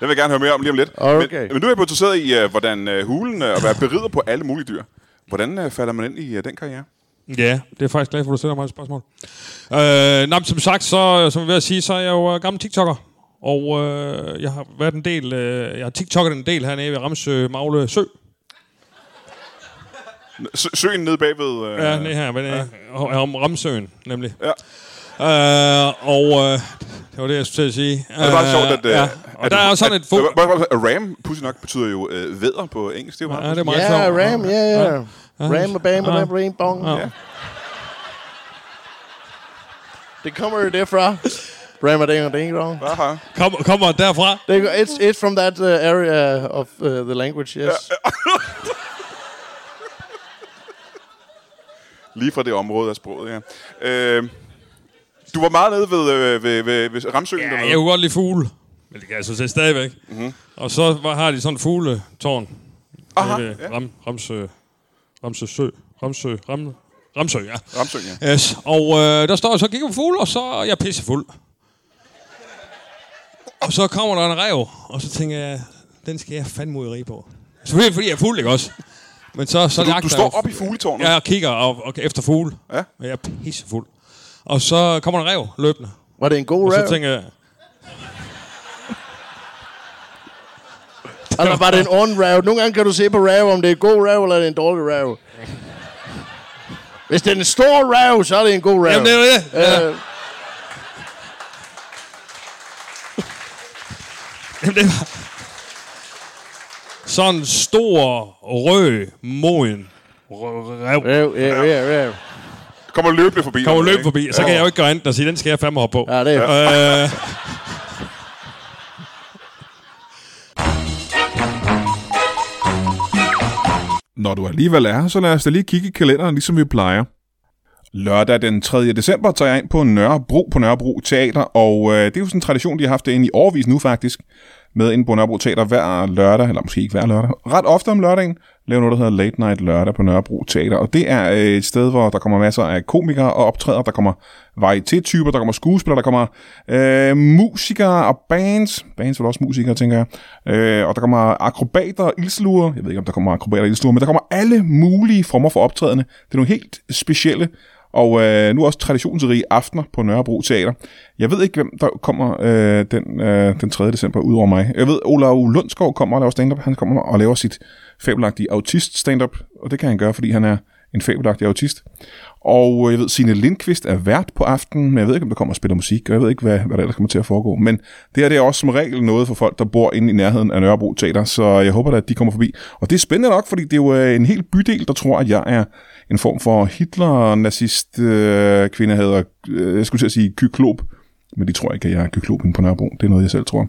A: vil jeg gerne høre mere om lige om lidt.
C: Okay.
A: Men, men nu er jeg blevet interesseret i, øh, hvordan øh, hulen øh, og være berider på alle mulige dyr. Hvordan øh, falder man ind i øh, den karriere?
B: Ja, det er jeg faktisk glad for, at du stiller mig et spørgsmål. Øh, nej, men som sagt, så, som jeg er ved at sige, så er jeg jo øh, gammel TikToker. Og øh, jeg har været en del, øh, jeg har TikToket en del hernede ved Ramsø Magle Sø.
A: Sø- søen nede bagved... Øh,
B: Ja, det her, men, øh, ja. om Ramsøen, nemlig.
A: Ja.
B: Øh, og øh, det var det, jeg skulle til at sige.
A: Det er bare sjovt, at... øh,
B: ja. Og der er jo sådan
A: at,
B: et fokus.
A: at- må jeg bare- at Ram, pudsigt nok, betyder jo øh, vædder på engelsk. Det er jo meget
B: Ja, det er meget
C: Ja,
B: sjovt.
C: ram, ja, ja. Ram, og bam, og
B: Ja.
C: bam, bam, bong.
B: Ja.
C: Det kommer jo derfra. Ram, og ding, og ding, dong.
A: Aha.
B: Kom, kommer derfra.
C: Det går- It's, it's from that uh, area of uh, the language, yes.
A: Lige fra det område af sproget, ja. Øh, du var meget nede ved, øh, ved, ved, ved Ramsøen.
B: Ja,
A: dernede.
B: jeg kunne godt lide fugle. Men det kan jeg så se stadigvæk. Mm-hmm. Og så var- har de sådan en fugletårn.
A: Aha,
B: Nede ved
A: ja.
B: Ram, Ramsø, Ramsø Sø. Ramsø, Ram, Ramsø, ja.
A: Ramsøen, ja.
B: Yes. Og øh, der står jeg så og kigger på fugle, og så er jeg pissefuld. Og så kommer der en rev, og så tænker jeg, den skal jeg fandme ud i rige på. Selvfølgelig fordi jeg er fuld, ikke også? Men så, så, så
A: Du, du står op i fugletårnet.
B: Ja, og kigger og, og efter fugle.
A: Ja.
B: Og jeg er pissefuld. Og så kommer en rev løbende.
C: Var det en god
B: Og så
C: ram?
B: tænker jeg,
C: Eller var det en ond rav? Nogle gange kan du se på rav, om det er en god rav, eller det er en dårlig rav. Hvis det er en stor rav, så er det en god rav.
B: Jamen, det er jo det. Ja.
C: Øh,
B: Jamen, det var... Sådan en stor, rød, moden r- rev
C: Rav, ja, ja, ja.
A: Kommer løbende forbi.
B: kommer løb
A: ikke?
B: forbi, og så kan jeg jo ikke gøre andet end at sige, den skal jeg fandme hoppe på.
C: Ja, det er
B: Øh,
A: Når du alligevel er her, så lad os da lige kigge i kalenderen, ligesom vi plejer. Lørdag den 3. december tager jeg ind på Nørrebro på Nørrebro Teater, og øh, det er jo sådan en tradition, de har haft det inde i årvis nu faktisk, med inde på Nørrebro Teater hver lørdag, eller måske ikke hver lørdag, ret ofte om lørdagen, laver noget, der hedder Late Night Lørdag på Nørrebro Teater, og det er øh, et sted, hvor der kommer masser af komikere og optræder, der kommer varieté-typer, der kommer skuespillere, der kommer øh, musikere og bands, bands er vel også musikere, tænker jeg, øh, og der kommer akrobater og ildsluer, jeg ved ikke, om der kommer akrobater og ildsluer, men der kommer alle mulige former for optrædende, det er nogle helt specielle, og øh, nu også traditionsrige aftener på Nørrebro Teater. Jeg ved ikke, hvem der kommer øh, den, øh, den 3. december ud over mig. Jeg ved, Olav Lundskov kommer og laver stand-up. Han kommer og laver sit fabelagtige autist-stand-up, og det kan han gøre, fordi han er en fabelagtig autist. Og øh, jeg ved, Signe Lindqvist er vært på aftenen, men jeg ved ikke, om der kommer og spiller musik, og jeg ved ikke, hvad, hvad der ellers kommer til at foregå. Men det her det er også som regel noget for folk, der bor inde i nærheden af Nørrebro Teater, så jeg håber da, at de kommer forbi. Og det er spændende nok, fordi det er jo øh, en hel bydel, der tror, at jeg er en form for Hitler-nazist-kvinde, øh, kvinde, hedder, øh, jeg skulle til at sige kyklop, men de tror ikke, at jeg er kyklopen på Nørrebro. Det er noget, jeg selv tror.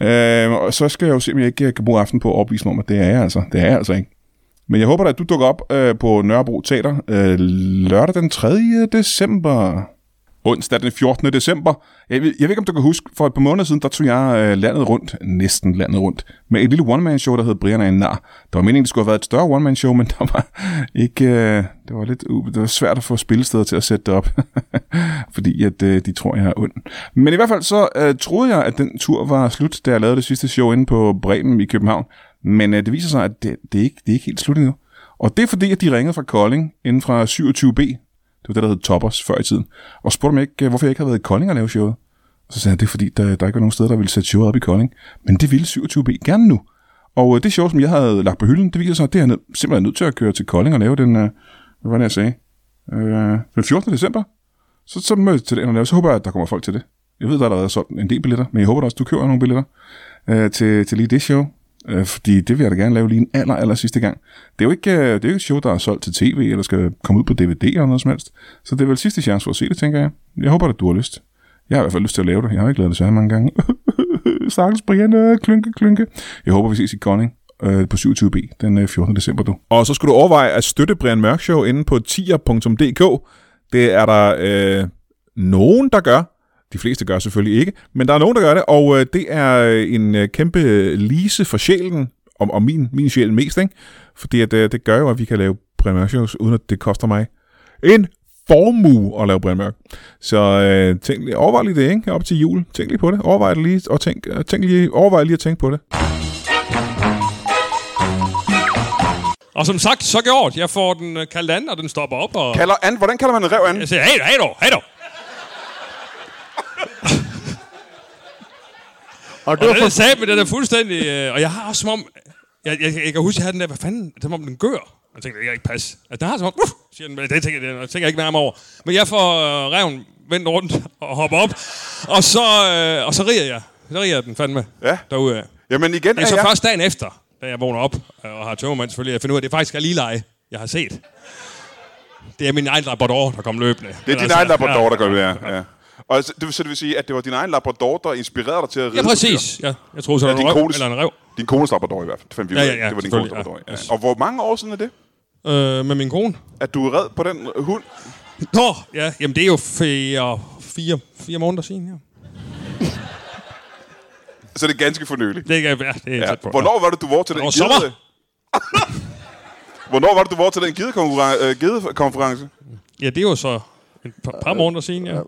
A: Øh, og så skal jeg jo se, om jeg ikke øh, kan bruge aften på at opvise mig om, at det er jeg altså. Det er jeg altså ikke. Men jeg håber da, at du dukker op øh, på Nørrebro Teater øh, lørdag den 3. december. Onsdag den 14. december. Jeg ved, jeg ved ikke, om du kan huske, for et par måneder siden, der tog jeg øh, landet rundt, næsten landet rundt, med et lille one-man-show, der hed Brian er en nar. Der var meningen, det skulle have været et større one-man-show, men der var ikke, øh, det var lidt uh, det var svært at få spillesteder til at sætte det op, fordi at, øh, de tror, jeg er ond. Men i hvert fald så øh, troede jeg, at den tur var slut, da jeg lavede det sidste show inde på Bremen i København. Men øh, det viser sig, at det, det, er ikke, det er ikke helt slut endnu. Og det er fordi, at de ringede fra Kolding inden fra 27B. Det var det, der hed Toppers før i tiden. Og spurgte mig ikke, øh, hvorfor jeg ikke havde været i Kolding og lave showet. Og så sagde jeg, det er fordi, der, der ikke var nogen steder, der ville sætte showet op i Kolding. Men det ville 27B gerne nu. Og øh, det show, som jeg havde lagt på hylden, det viser sig, at det er jeg nød, simpelthen nødt til at køre til Kolding og lave den, øh, hvad var det, jeg sagde? Øh, den 14. december. Så, så mødte til den og lave. Så håber jeg, at der kommer folk til det. Jeg ved, der er allerede solgt en del billetter, men jeg håber da også, at du køber nogle billetter øh, til, til lige det show. Øh, fordi det vil jeg da gerne lave lige en aller, aller sidste gang. Det er jo ikke, øh, det er jo ikke et show, der er solgt til tv, eller skal komme ud på DVD eller noget som helst. Så det er vel sidste chance for at se det, tænker jeg. Jeg håber, at du har lyst. Jeg har i hvert fald lyst til at lave det. Jeg har ikke lavet det særlig mange gange. Stakkels Brian, øh, klynke, klynke. Jeg håber, vi ses i Kolding øh, på 27B den øh, 14. december, du. Og så skal du overveje at støtte Brian Mørk Show inde på tier.dk. Det er der øh, nogen, der gør. De fleste gør selvfølgelig ikke, men der er nogen, der gør det, og øh, det er øh, en øh, kæmpe lise for sjælen, og, og min, min sjæl mest, ikke? Fordi at, øh, det gør jo, at vi kan lave Brian Mørk shows, uden at det koster mig en formue at lave Brian Mørk. Så øh, tænk, lige- overvej lige det, ikke? Op til jul. Tænk lige på det. Overvej det lige, og tænk, øh, tænk lige, overvej lige at tænke på det.
B: Og som sagt, så gjort. Jeg får den øh, kaldt an, og den stopper op. Og
A: Kalder an, hvordan kalder man en rev an?
B: jeg siger, hey dog, hey dog, hey dog.
C: Og
B: Og
C: det var
B: den er
C: for...
B: sat med, den er fuldstændig... Øh, og jeg har også som om... Jeg, jeg, jeg kan huske, jeg havde den der, hvad fanden, som om den gør. Jeg tænkte, det kan ikke passe. Altså, den har som om, uff, siger den, men det tænker, jeg, det tænker jeg ikke nærmere over. Men jeg får øh, reven vendt rundt og hopper op, og så, øh, og så riger jeg. Så riger jeg den fandme
A: Ja.
B: derude.
A: Jamen igen
B: Det er så først dagen efter, da jeg vågner op øh, og har tømmermand selvfølgelig, jeg finder ud af, at det faktisk er lille jeg har set. Det er min egen Labrador, der kom løbende. Altså,
A: Det er din egen labrador, der gør det der. Ja. Og så det, så det vil sige, at det var din egen labrador, der inspirerede dig til at ride
B: Ja,
A: på dyr.
B: præcis. Ja, jeg troede, så
A: Ja,
B: var en
A: din
B: røv
A: kones-
B: eller en rev
A: Din kones labrador i hvert fald. Det fandt vi ud
B: Ja,
A: af.
B: ja, ja,
A: det var din kones
B: selvfølgelig,
A: labrador.
B: ja.
A: Ja. Og hvor mange år siden er det,
B: øh, med min kone.
A: at du er red på den hund?
B: Nå, ja, jamen det er jo fire, fire, fire måneder siden, ja.
A: Så det er ganske for nylig.
B: Det, er, ja, det er
A: Ja.
B: tæt på.
A: Hvornår var det, du var til den
B: Hvornår sommer?
A: Hvornår var det, du var til den gidekonkurren- øh, gidekonference?
B: Ja, det er jo så et par, par måneder siden, ja. Ja,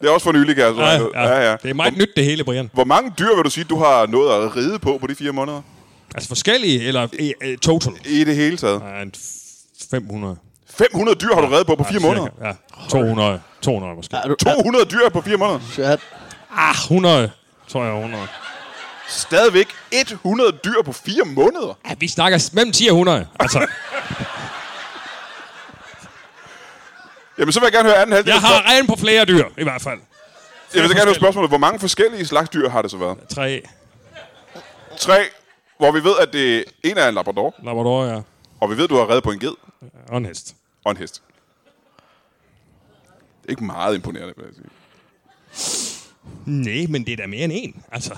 A: Det er også for nylig, kan jeg så regne ud.
B: ja, ja. Det er meget
A: Hvor,
B: nyt det hele, Brian.
A: hvor mange dyr vil du sige, du har nået at ride på på de fire måneder?
B: Altså forskellige, eller øh, øh, total.
A: I det hele taget.
B: Ja, en f- 500.
A: 500 dyr har du reddet på på
B: Ja,
A: fire
B: cirka.
A: måneder.
B: Ja, 200, 200 måske.
C: Er du, er,
A: 200 dyr på fire måneder.
C: er,
B: Ah, 100, tror jeg, 100.
A: Stadigvæk 100 dyr på fire måneder.
B: Ja, vi snakker mellem 10 og 100. Altså,
A: Jamen, så vil jeg gerne høre anden halvdel.
B: jeg
A: af spørg-
B: har regnet på flere dyr, i hvert fald.
A: jeg vil så gerne høre spørgsmålet. Hvor mange forskellige slags dyr har det så været?
B: Tre
A: Tre, hvor vi ved, at det en er en labrador,
B: labrador, ja.
A: og vi ved, at du har reddet på en ged
B: Og en hest.
A: og en hest. Det er ikke meget imponerende, vil jeg sige.
B: Nej, men det er da mere end en, altså.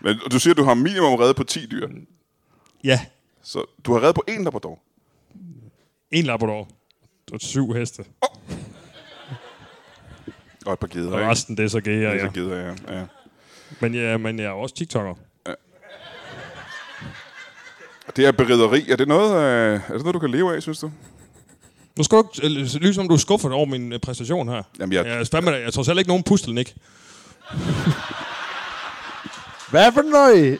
A: Men du siger, at du har minimum reddet på 10 dyr.
B: Ja,
A: Så du har reddet på en labrador.
B: en labrador. og syv heste.
A: Og et par geder,
B: Og
A: ikke?
B: resten, det er så gære,
A: Ja.
B: ja.
A: Så gider jeg, ja.
B: Men, ja, men jeg er også TikToker.
A: Det er berideri. Er det noget, øh, er det noget du kan leve af, synes du?
B: Nu skal du ikke øh, lyde som, du er skuffet over min øh, præstation her.
A: Jamen, jeg-
B: Jeg, er fandme, jeg tror selv ikke nogen pustel, Nick.
C: Hvad for noget?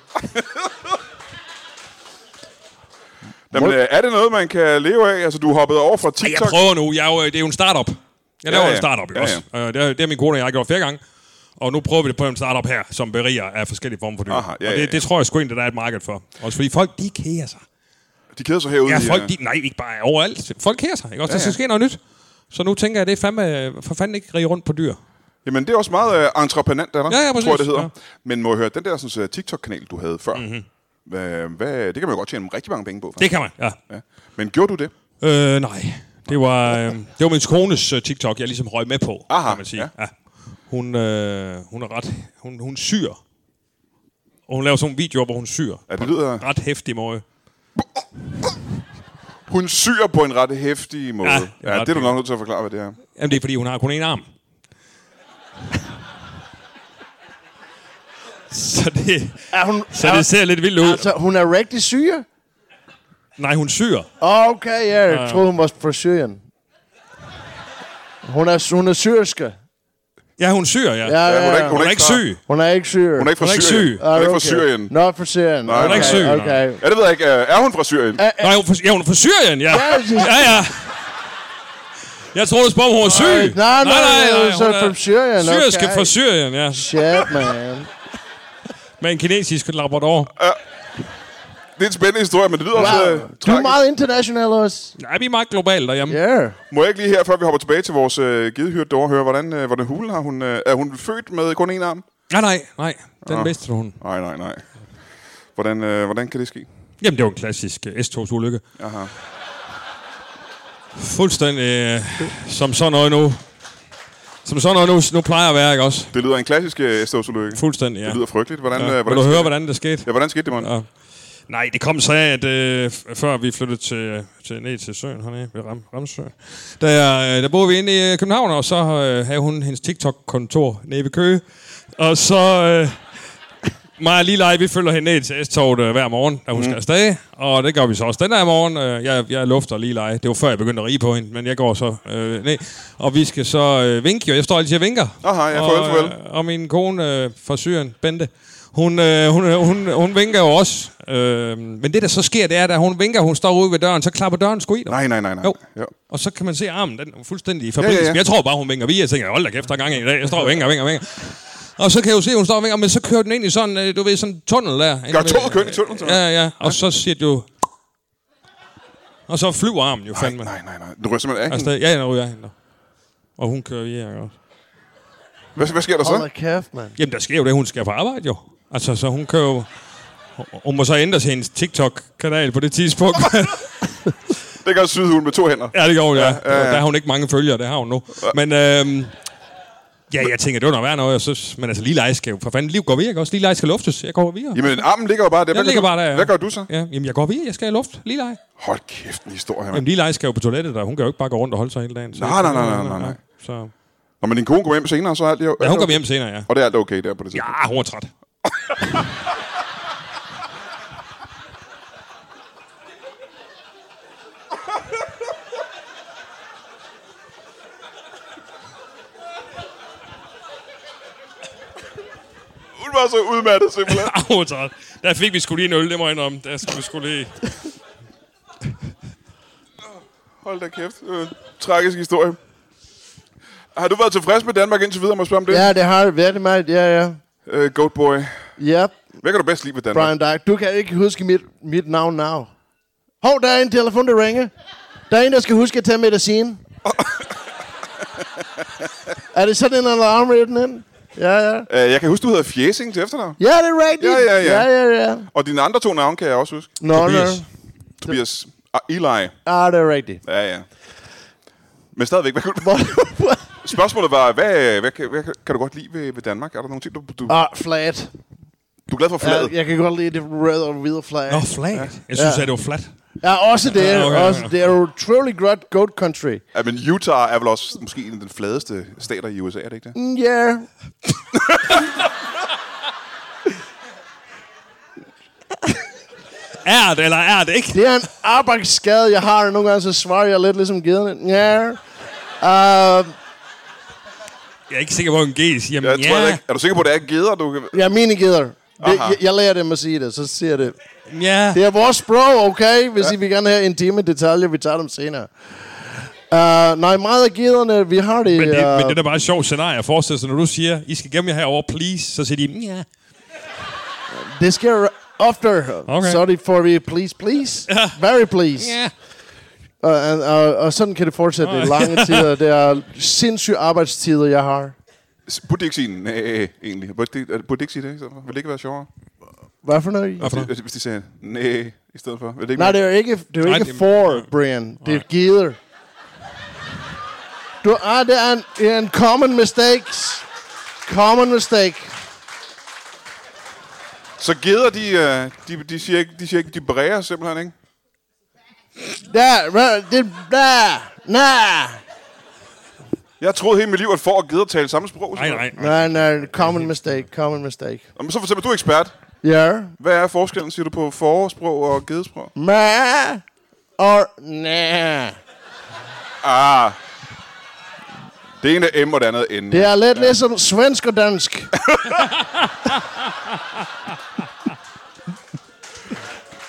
A: Jamen, øh, er det noget, man kan leve af? Altså, du hoppede over fra
B: Ej, Jeg
A: TikTok.
B: prøver nu. Jeg er jo, øh, det er jo en startup. Jeg laver
A: Ja, ja.
B: ja, ja. en startup,
A: Ja,
B: ja, også. Ja. Det, har- det har min kone og jeg gjort flere gange. Og nu prøver vi det på en startup her, som beriger af forskellige former for dyr.
A: Aha, ja,
B: og
A: ja,
B: det,
A: ja.
B: det tror jeg sgu egentlig, der er et marked for. Også fordi folk, de keder sig.
A: De keder sig herude.
B: Ja,
A: i, øh,
B: folk, de, nej, ikke bare overalt. Folk keder sig, ikke også? Ja, ja. Der skal ske noget nyt. Så nu tænker jeg, det er fandme, øh, for fanden ikke rige rundt på dyr.
A: Jamen, det er også meget uh, entreprenant, der,
B: Ja, ja,
A: tror jeg, det
B: præcis,
A: hedder. Ja.
B: ja. Mhm.
A: Men må jeg høre, den der sådan, øh, TikTok-kanal, du havde før, mm-hmm. hvad, hvad, det kan man jo godt tjene rigtig mange penge på.
B: Det
A: faktisk.
B: kan man, ja.
A: Ja. Men gjorde du det?
B: Øh, nej. Det var, øh, det var min kones øh, TikTok, jeg ligesom røg med på,
A: Aha,
B: kan man sige. Ja. Ja. Hun, øh, hun er ret... Hun, hun syr. Og hun laver sådan nogle videoer, hvor hun syr.
A: Ja, det lyder...
B: Ret hæftig måde.
A: Hun syr på en ret hæftig måde. Ja,
B: Ja,
A: det
B: det
A: er,
B: er
A: ja,
B: ret
A: det er du nok nødt til at forklare, hvad det er.
B: Jamen, det er, fordi hun har kun én arm. så det,
C: Er hun,
B: så
C: er,
B: det ser lidt vildt ud.
C: altså, hun er rigtig syg?
B: Nej, hun syr.
C: Okay, ja, jeg troede, hun var fra Syrien. Hun er, hun er syrske.
B: Ja, hun syr, ja.
C: Ja, ja,
A: hun er
C: ja.
A: ikke-
B: Hun er ikke
A: klar.
B: syg.
C: Hun er ikke syg.
A: Hun er ikke fra
B: Hun er ikke
A: Syrien.
B: syg.
A: Hun er ikke fra Syrien.
C: Ah, Nå, fra Syrien.
A: Nej, hun er ikke
C: Okay,
B: syg, nej.
C: Okay.
A: Ja, det ved jeg ikke. Øh, Er hun fra Syrien? Ja.
B: Nej, hun er fra- ja, hun er fra Syrien, ja.
C: Ja,
B: Ja, ja. Jeg troede, du spurgte, om hun var syg.
C: Nej, nej, nej, nej, så
B: hun
C: fra Syrien,
B: Syriske
C: okay.
B: fra Syrien, ja.
C: Shit, man.
B: Med en kinesisk labrador.
A: Det er en spændende historie, men det lyder wow. også...
C: Wow.
A: Øh,
C: Du er
A: tragisk.
C: meget international også.
B: Ja, vi er meget globalt derhjemme.
C: Ja. Yeah.
A: Må jeg ikke lige her, før vi hopper tilbage til vores øh, gedehyrte derovre, høre, hvordan, øh, hvordan hulen har hun... Øh, er hun født med kun én arm?
B: Nej, nej, nej.
A: Ah.
B: Den vidste hun.
A: Nej, nej, nej. Hvordan, øh, hvordan kan det ske?
B: Jamen, det var en klassisk øh, S-togsulykke.
A: Aha.
B: Fuldstændig øh, som sådan noget nu. Som sådan noget nu, nu plejer at være, ikke også?
A: Det lyder en klassisk øh, S-togsulykke.
B: Fuldstændig, ja.
A: Det lyder frygteligt. Hvordan, øh,
B: ja. Vil
A: hvordan skete
B: du høre,
A: det?
B: hvordan det skete?
A: Ja, hvordan skete det, man? Ja.
B: Ja. Nej, det kom så af, at øh, f- før vi flyttede til, til, ned til søen hernede ved Ram, Ramsø, der, øh, der boede vi inde i øh, København, og så øh, havde hun hendes TikTok-kontor nede ved Køge. Og så... Øh, mig og Lilej, vi følger hende ned til S-toget øh, hver morgen, da hun mm. skal afsted. Og det gør vi så også den der morgen. Øh, jeg, jeg lufter Lilej. Det var før jeg begyndte at rige på hende, men jeg går så øh, ned. Og vi skal så øh, vinke, og jeg står altid og vinker.
A: Aha, ja, farvel,
B: og, øh,
A: farvel.
B: og min kone øh, fra Syrien, Bente, hun, øh, hun, øh, hun, hun vinker jo også. Øh, men det, der så sker, det er, at da hun vinker, hun står ude ved døren, så klapper døren sgu i dig.
A: Nej, nej, nej, nej.
B: Jo.
A: Jo.
B: Og så kan man se armen, den er fuldstændig fabrisk. Ja,
A: ja,
B: ja,
A: ja.
B: ja. Jeg tror bare, hun vinker vi. Jeg tænker, hold da kæft, der er gang i i dag. Jeg står og vinker, vinker, vinker. Og så kan jeg jo se, hun står og vinker, men så kører den ind i sådan, øh, du ved, sådan en tunnel der. Inde
A: Gør
B: ved-
A: toget kører ind i tunnelen, så?
B: Ja, ja. Og så siger det jo... Og så flyver armen jo
A: Nej,
B: fandme.
A: nej, nej, nej. Du ryster simpelthen af
B: Altså,
A: hende.
B: ja, jeg ryger hende. der. Og hun kører i her også.
A: Hvad, hvad sker der så?
C: Hold da kæft, man.
B: Jamen, der sker jo det, hun skal på arbejde jo. Altså, så hun kører jo... Hun må så ændre til hendes TikTok-kanal på det tidspunkt.
A: Det gør sydhulen med to hænder.
B: Ja, det gjorde hun, ja. ja, ja, ja. Der har hun ikke mange følgere, det har hun nu. Men øhm, ja, jeg tænker, det var noget værd noget. Jeg synes, men altså, lige lege skal jo... For fanden, liv går videre, ikke også? Lige lege skal luftes. Jeg går videre.
A: Jamen, armen ligger jo bare der. Hvad
B: Den
A: gør
B: ligger
A: du-
B: bare der, ja.
A: Hvad gør du så?
B: Ja, jamen, jeg går videre. Jeg skal have luft. Lige lege.
A: Hold kæft, en historie, mand.
B: Jamen, lige lege skal jo på toilettet, der. Hun kan jo ikke bare gå rundt og holde sig hele dagen. Så
A: Nej, nej, nej, nej, nej, nej.
B: Så,
A: Nå, men din kone kommer hjem senere, så er alt jo...
B: ja, hun kommer hjem senere, ja.
A: Og det er alt okay der på det tidspunkt.
B: Ja, hun er træt.
A: Hun var så udmattet simpelthen.
B: Ah, hun er træt. Der fik vi sgu lige en øl, det må jeg indrømme. Der skulle vi sgu lige...
A: Hold da kæft. Øh, tragisk historie. Har du været tilfreds med Danmark indtil videre, må jeg spørge om det?
C: Ja, det har været meget. Ja, ja.
A: Øh, Goat Boy.
C: Yep,
A: Hvad kan du bedst lide ved Danmark?
C: Brian Dark. Du kan ikke huske mit, mit navn now. Hov, der er en telefon, der ringer. Der er en, der skal huske at tage medicin. er det sådan en alarm, ind? Ja, ja.
A: Øh, jeg kan huske, du hedder Fjesing til efternavn.
C: Ja, det er rigtigt.
A: Ja, ja, ja.
C: Ja, ja, ja.
A: Og dine andre to navne kan jeg også huske.
C: Nå, nå.
B: Tobias.
A: Tobias og Eli.
C: Ja, det er rigtigt.
A: Ja, ja. Men stadigvæk, hvad kan du... Spørgsmålet var, hvad, hvad, kan- hvad kan du godt lide ved, ved Danmark? Er der nogle ting, du, du,
C: ah, flat.
A: du er glad for
C: Ja,
A: fladet?
C: jeg kan godt lide det røde og hvide flag.
B: Nå, flat. Jeg synes,
C: Ja.
B: at det var flat.
C: Ja, også det.
B: Ja,
C: Ja,
B: okay,
C: okay, også,
B: ja.
C: det er jo utrolig godt goat country.
A: Ja, men Utah er vel også måske en af den fladeste stater i USA, er det ikke det?
C: Mm, Yeah.
B: Er det, eller er det ikke?
C: Det er en arbejdsskade, jeg har, og nogle gange så svarer jeg lidt ligesom gederne. Ja. Yeah. Uh,
B: Jeg er ikke sikker på, at en G siger,
A: Jeg
B: men
A: tror, jeg
B: ja,
A: ikke. Er du sikker på, at det er geder, du kan...
C: jeg er minigeder. Det,
A: Aha.
C: jeg, jeg lærer dem at sige det, så siger jeg det.
B: ja.
C: Det er vores sprog, okay? Hvis ja. I vil gerne have intime detaljer, vi tager dem senere. Uh, nej, meget af gederne, vi har det...
B: Men det, men
C: øh,
B: det er da bare et sjovt scenarie at forestille sig, når du siger, I skal gemme jer herover, please, så siger de, ja.
C: Det sker oftere.
B: Okay.
C: Okay. Sorry for vi please, please. Very please.
B: Ja.
C: Og, og, og, og sådan kan det fortsætte i lange tider. Det er sindssyge arbejdstider, jeg har.
A: Burde de ikke sige næh, egentlig? Burde de, burde de ikke sige det? i stedet for? Ville det ikke være sjovere?
C: Hvad for noget?
B: for noget?
A: Hvis de- Hvis de sagde næh i stedet for? Ville det ikke
C: Nej,
A: være-
C: det er jo ikke, det er jo
B: Nej,
C: ikke
B: det-
C: for, Brian. Det er gider. Du, ah, det er en, det er en common mistakes. Common mistake.
A: Så geder, de, øh, de, de, siger ikke, de siger ikke, de bræger simpelthen, ikke?
C: Der, hvad- det, der, nej.
A: Jeg troede hele mit liv, at får og geder talte samme sprog.
B: Nej,
A: simpelthen.
B: nej.
C: Nej, nej,
A: Mm-hmm.
C: common mistake, common mistake.
A: Nå, Men så fortæl mig, du er ekspert.
C: Ja. Yeah.
A: Hvad er forskellen, siger du, på forårsprog og gedesprog?
C: Ma og næh.
A: Ah. Det ene er M, og det andet er N.
C: Det er lidt ja. ligesom svensk og dansk.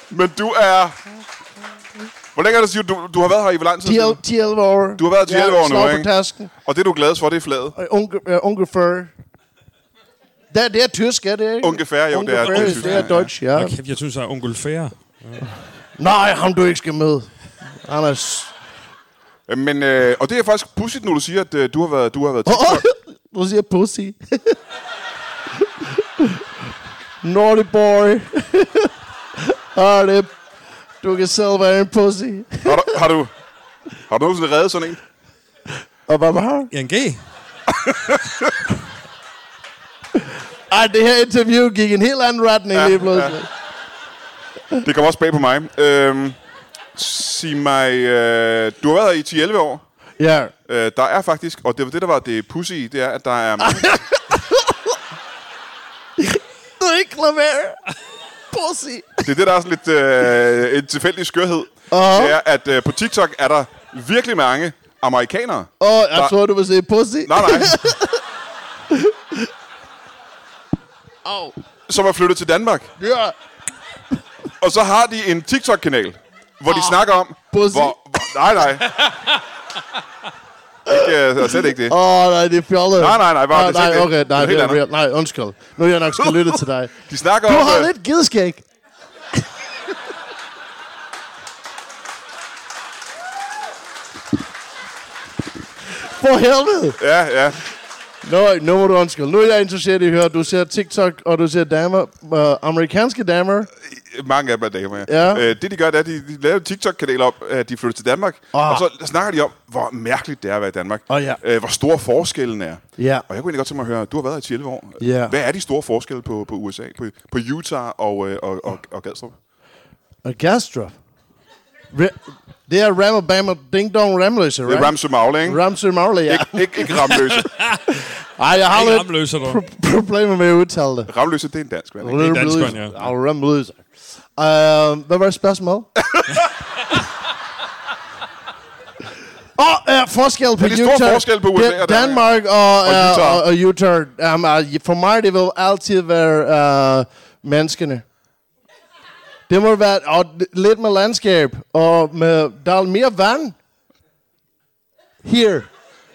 A: Men du er... Hvor længe er det, siger du, du har været her i hvor lang tid? siden?
C: 10, 10 11 år.
A: Du har været 10
C: Ja,
A: 11 år nu,
C: slår
A: ikke?
C: på tasken.
A: Og det, du er gladest for, det er fladet.
C: Og Onkel, øh, onkel før. Det, er- det er tysk, er det ikke?
A: Ungefær, jo, det er
C: Onkel
A: tysk,
C: Før, det
A: ja,
C: er deutsch, ja.
B: Kæft, jeg synes, at onkel Fære.
C: Nej, ham du ikke skal møde. Anders.
A: Men, øh, og det er faktisk pudsigt, når du siger, at øh, du har været... Du har været
C: Åh, Du siger pussy. Naughty boy. Åh, Ah, det du kan selv være en pussy.
A: har, du, har du... Har du nogensinde reddet sådan en?
C: Og hvad var
B: Ja, en G.
C: Ej, det her interview gik en helt anden retning
A: Ja,
C: ja, lige pludselig.
A: Det kommer også bag på mig. Øhm, sig mig... Øh, du har været her i 10-11 år.
C: Ja. ja.
A: Øh, der er faktisk, og det var det, der var det pussy i, det er, at der er mange,
C: Du er ikke klaver. Pussy.
A: det er det, der er sådan lidt øh, en tilfældig skørhed.
C: Åh.
A: Det er, at øh, på TikTok er der virkelig mange amerikanere.
C: Åh, jeg
A: Der-
C: tror, du vil sige pussy.
A: Nej, nej.
C: Au.
A: Som er flyttet til Danmark.
C: Ja.
A: Og så har de en TikTok-kanal, hvor de snakker om...
C: Ah, pussy.
A: Hvor, hvor, nej, nej. Ikke, øh, slet ikke det.
C: Åh, nej, det er fjollet.
A: Nej, nej, nej, bare,
C: nej,
A: det er
C: nej,
A: sådan
C: okay,
A: lidt-
C: nej,
A: det er
C: det er
A: helt
C: real. Nej, undskyld. Nu er jeg nok skal lytte til dig.
A: De snakker
C: Du
A: om...
C: har
A: øh,
C: lidt gideskæg. For helvede.
A: Ja, ja.
C: Nå, nu må du undskylde. Nu er jeg interesseret i at høre, du ser TikTok, og du ser damer, øh, amerikanske damer.
A: Mange af dem er damer, ja.
C: Ja.
A: Øh, det, de gør, det er, at de, de laver en TikTok-kanal op, at de flytter til Danmark.
C: Ah.
A: Og så snakker de om, hvor mærkeligt det er at være i Danmark.
C: Åh, ja.
A: øh, hvor store forskellen er. Og
C: Ja.
A: jeg kunne egentlig godt tænke mig at høre, du har været her i 11 år.
C: Ja.
A: Hvad er de store forskelle på, på USA, på, på Utah og, øh, og, og, og Gadstrup?
C: Og gasdrop. Re- det er Rammer Bammer Ding Dong Ramløse,
A: Det
C: right?
A: er Ramsø Magle, ikke?
C: Ramsey Marley, ja.
A: Ikke, ikke, ikke Ramløse.
C: Ej, jeg har
B: Ikke
C: lidt
B: ramløser, du.
C: pro- problemer med at udtale det.
A: Ramløse, det er en dansk vand, ikke?
B: er danskeren, ja.
C: Ja, Ramløse. Uh, hvad var det spørgsmål? Åh, oh, uh, forskel på
A: Ja, de store
C: Utah.
A: forskelle på USA
C: Det er
A: og Danmark.
C: Danmark og,
A: Og
C: øh,
A: Utah.
C: og, og Utah. Um, uh, for mig, det vil altid være uh, menneskene. Det må være og lidt med landskab, og med, der er mere vand. Her.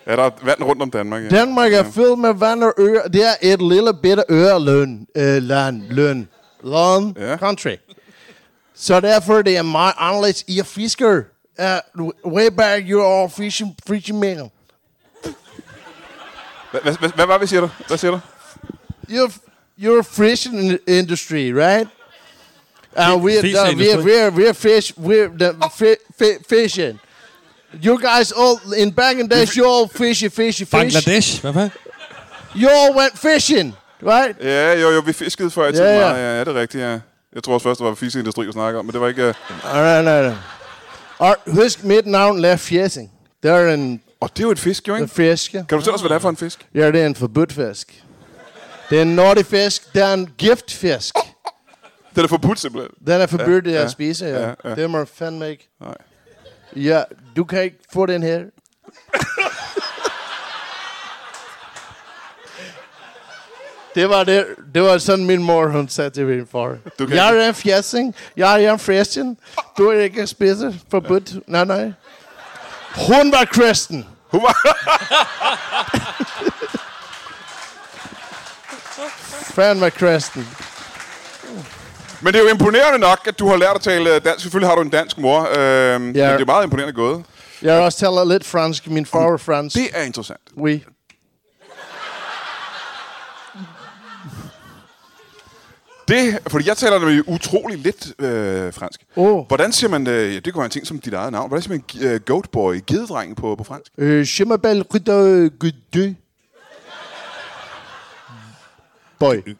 A: Ja, der er vand rundt om Danmark, ja.
C: Danmark er fyldt med vand og øer. Det er et lille bitte øreløn. Øh, land. Løn. Land.
A: Ja.
C: Yeah. Country. Så derfor det er meget anderledes. I er fisker. Uh, way back you are fishing, fishing man.
A: Hvad, hvad, hvad, hvad, var det, siger du? Hvad siger du?
C: You're, you're fishing in- industry, right? Uh, we're,
B: fish
C: uh, we're,
B: industry.
C: we're, we're fish, we're the fi, fi, fishing. You guys all, in Bangladesh, you all fishy, fishy, fish.
B: Bangladesh, hvad fanden?
C: You all went fishing, right?
A: Ja, jo, jo, vi fiskede før i tiden
C: Ja, ja.
A: meget. Ja, ja, det er rigtigt, ja. Jeg tror også først, det var fiseindustri, vi snakkede om, men det var ikke... Øh...
C: Nej, nej, nej. Og husk, mit navn er Fjesing. Det er en
A: Og det er jo et fisk, jo, ikke?
C: fisk, ja.
A: Kan du fortælle os, hvad det er for en fisk?
C: Ja, det er en forbudt fisk. Det er en nordisk fisk. Det er en giftfisk.
A: Den er forbudt, simpelthen.
C: Den er forbudt at spise, ja.
A: ja, ja.
C: Det må du fandme ikke.
A: Nej.
C: Ja, du kan ikke få den her. det var det. Det var sådan min mor, hun sagde til min far.
A: Du kan
C: Jeg er en fjæsing. Jeg er en fræsing. Du er ikke spise forbudt. Nej, nej. Hun var kristen.
A: Hun var...
C: Fan var kristen.
A: Men det er jo imponerende nok, at du har lært at tale dansk. Selvfølgelig har du en dansk mor, øh, ja. men det er jo meget imponerende gået.
C: Jeg også taler lidt fransk. Min far var fransk.
A: Det er interessant.
C: Oui.
A: Det, fordi jeg taler nemlig utrolig lidt øh, fransk.
C: Åh.
A: Hvordan siger man, øh, ja, det kunne være en ting som dit eget navn, hvordan siger man gi- øh, goatboy, gededreng på, på fransk?
C: Øh, je m'appelle Rytter Gudø. Boy.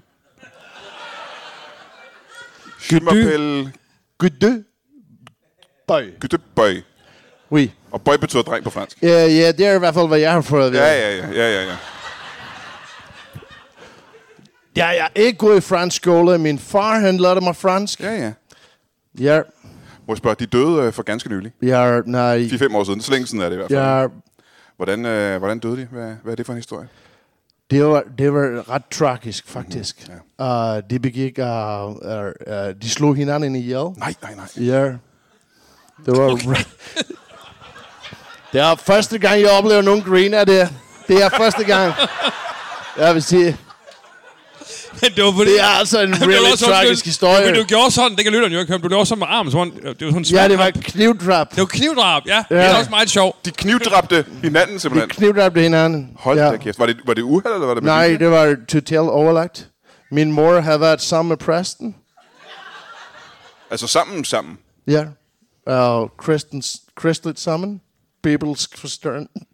A: Je m'appelle
C: Gudø. Boy.
A: Gedeboy.
C: Oui.
A: Og boy betyder dreng på fransk.
C: Ja, ja, det er i hvert fald, hvad jeg har fået at vide.
A: Ja, ja, ja, ja, ja. ja.
C: Ja, jeg er ikke gået i fransk skole. Min far, han lærte mig fransk.
A: ja, ja.
C: Ja,
A: Må jeg spørge, de døde øh, for ganske nylig.
C: jeg, nej,
A: 4-5 år siden, så længe siden er det i hvert fald.
C: jeg,
A: Hvordan, øh, hvordan døde de? Hvad, hvad er det for en historie?
C: det var, det var ret tragisk, faktisk.
A: Mhm,
C: Mm, ja. uh, de begik, uh, uh, uh, de slog hinanden ihjel.
A: Nej, nej, nej.
C: Ja. Det var... det er første gang, jeg oplever nogen grine af det. Det er første gang. Jeg vil sige,
B: Men det var fordi...
C: det er altså en
B: Det var
C: really
B: også sådan,
C: tragisk
B: du-
C: historie.
B: Men du gjorde sådan, det kan lytteren jo ikke høre, men du gjorde sådan med armen, som om- det var sådan en
C: Ja,
B: smal
C: det var
B: kamp.
C: et knivdrab.
B: Det var knivdrab, ja. ja. Det er også meget sjovt.
A: De knivdræbte hinanden simpelthen.
C: Knivdrab det hinanden.
A: Hold da kæft. Var det, var det uheld, eller var det med
C: Nej,
A: vilje?
C: det var totalt overlagt. Min mor havde været sammen med præsten.
A: Altså sammen, sammen.
C: Ja. Uh, Og kristens, kristligt sammen. Bibelsk forstørn. mhm.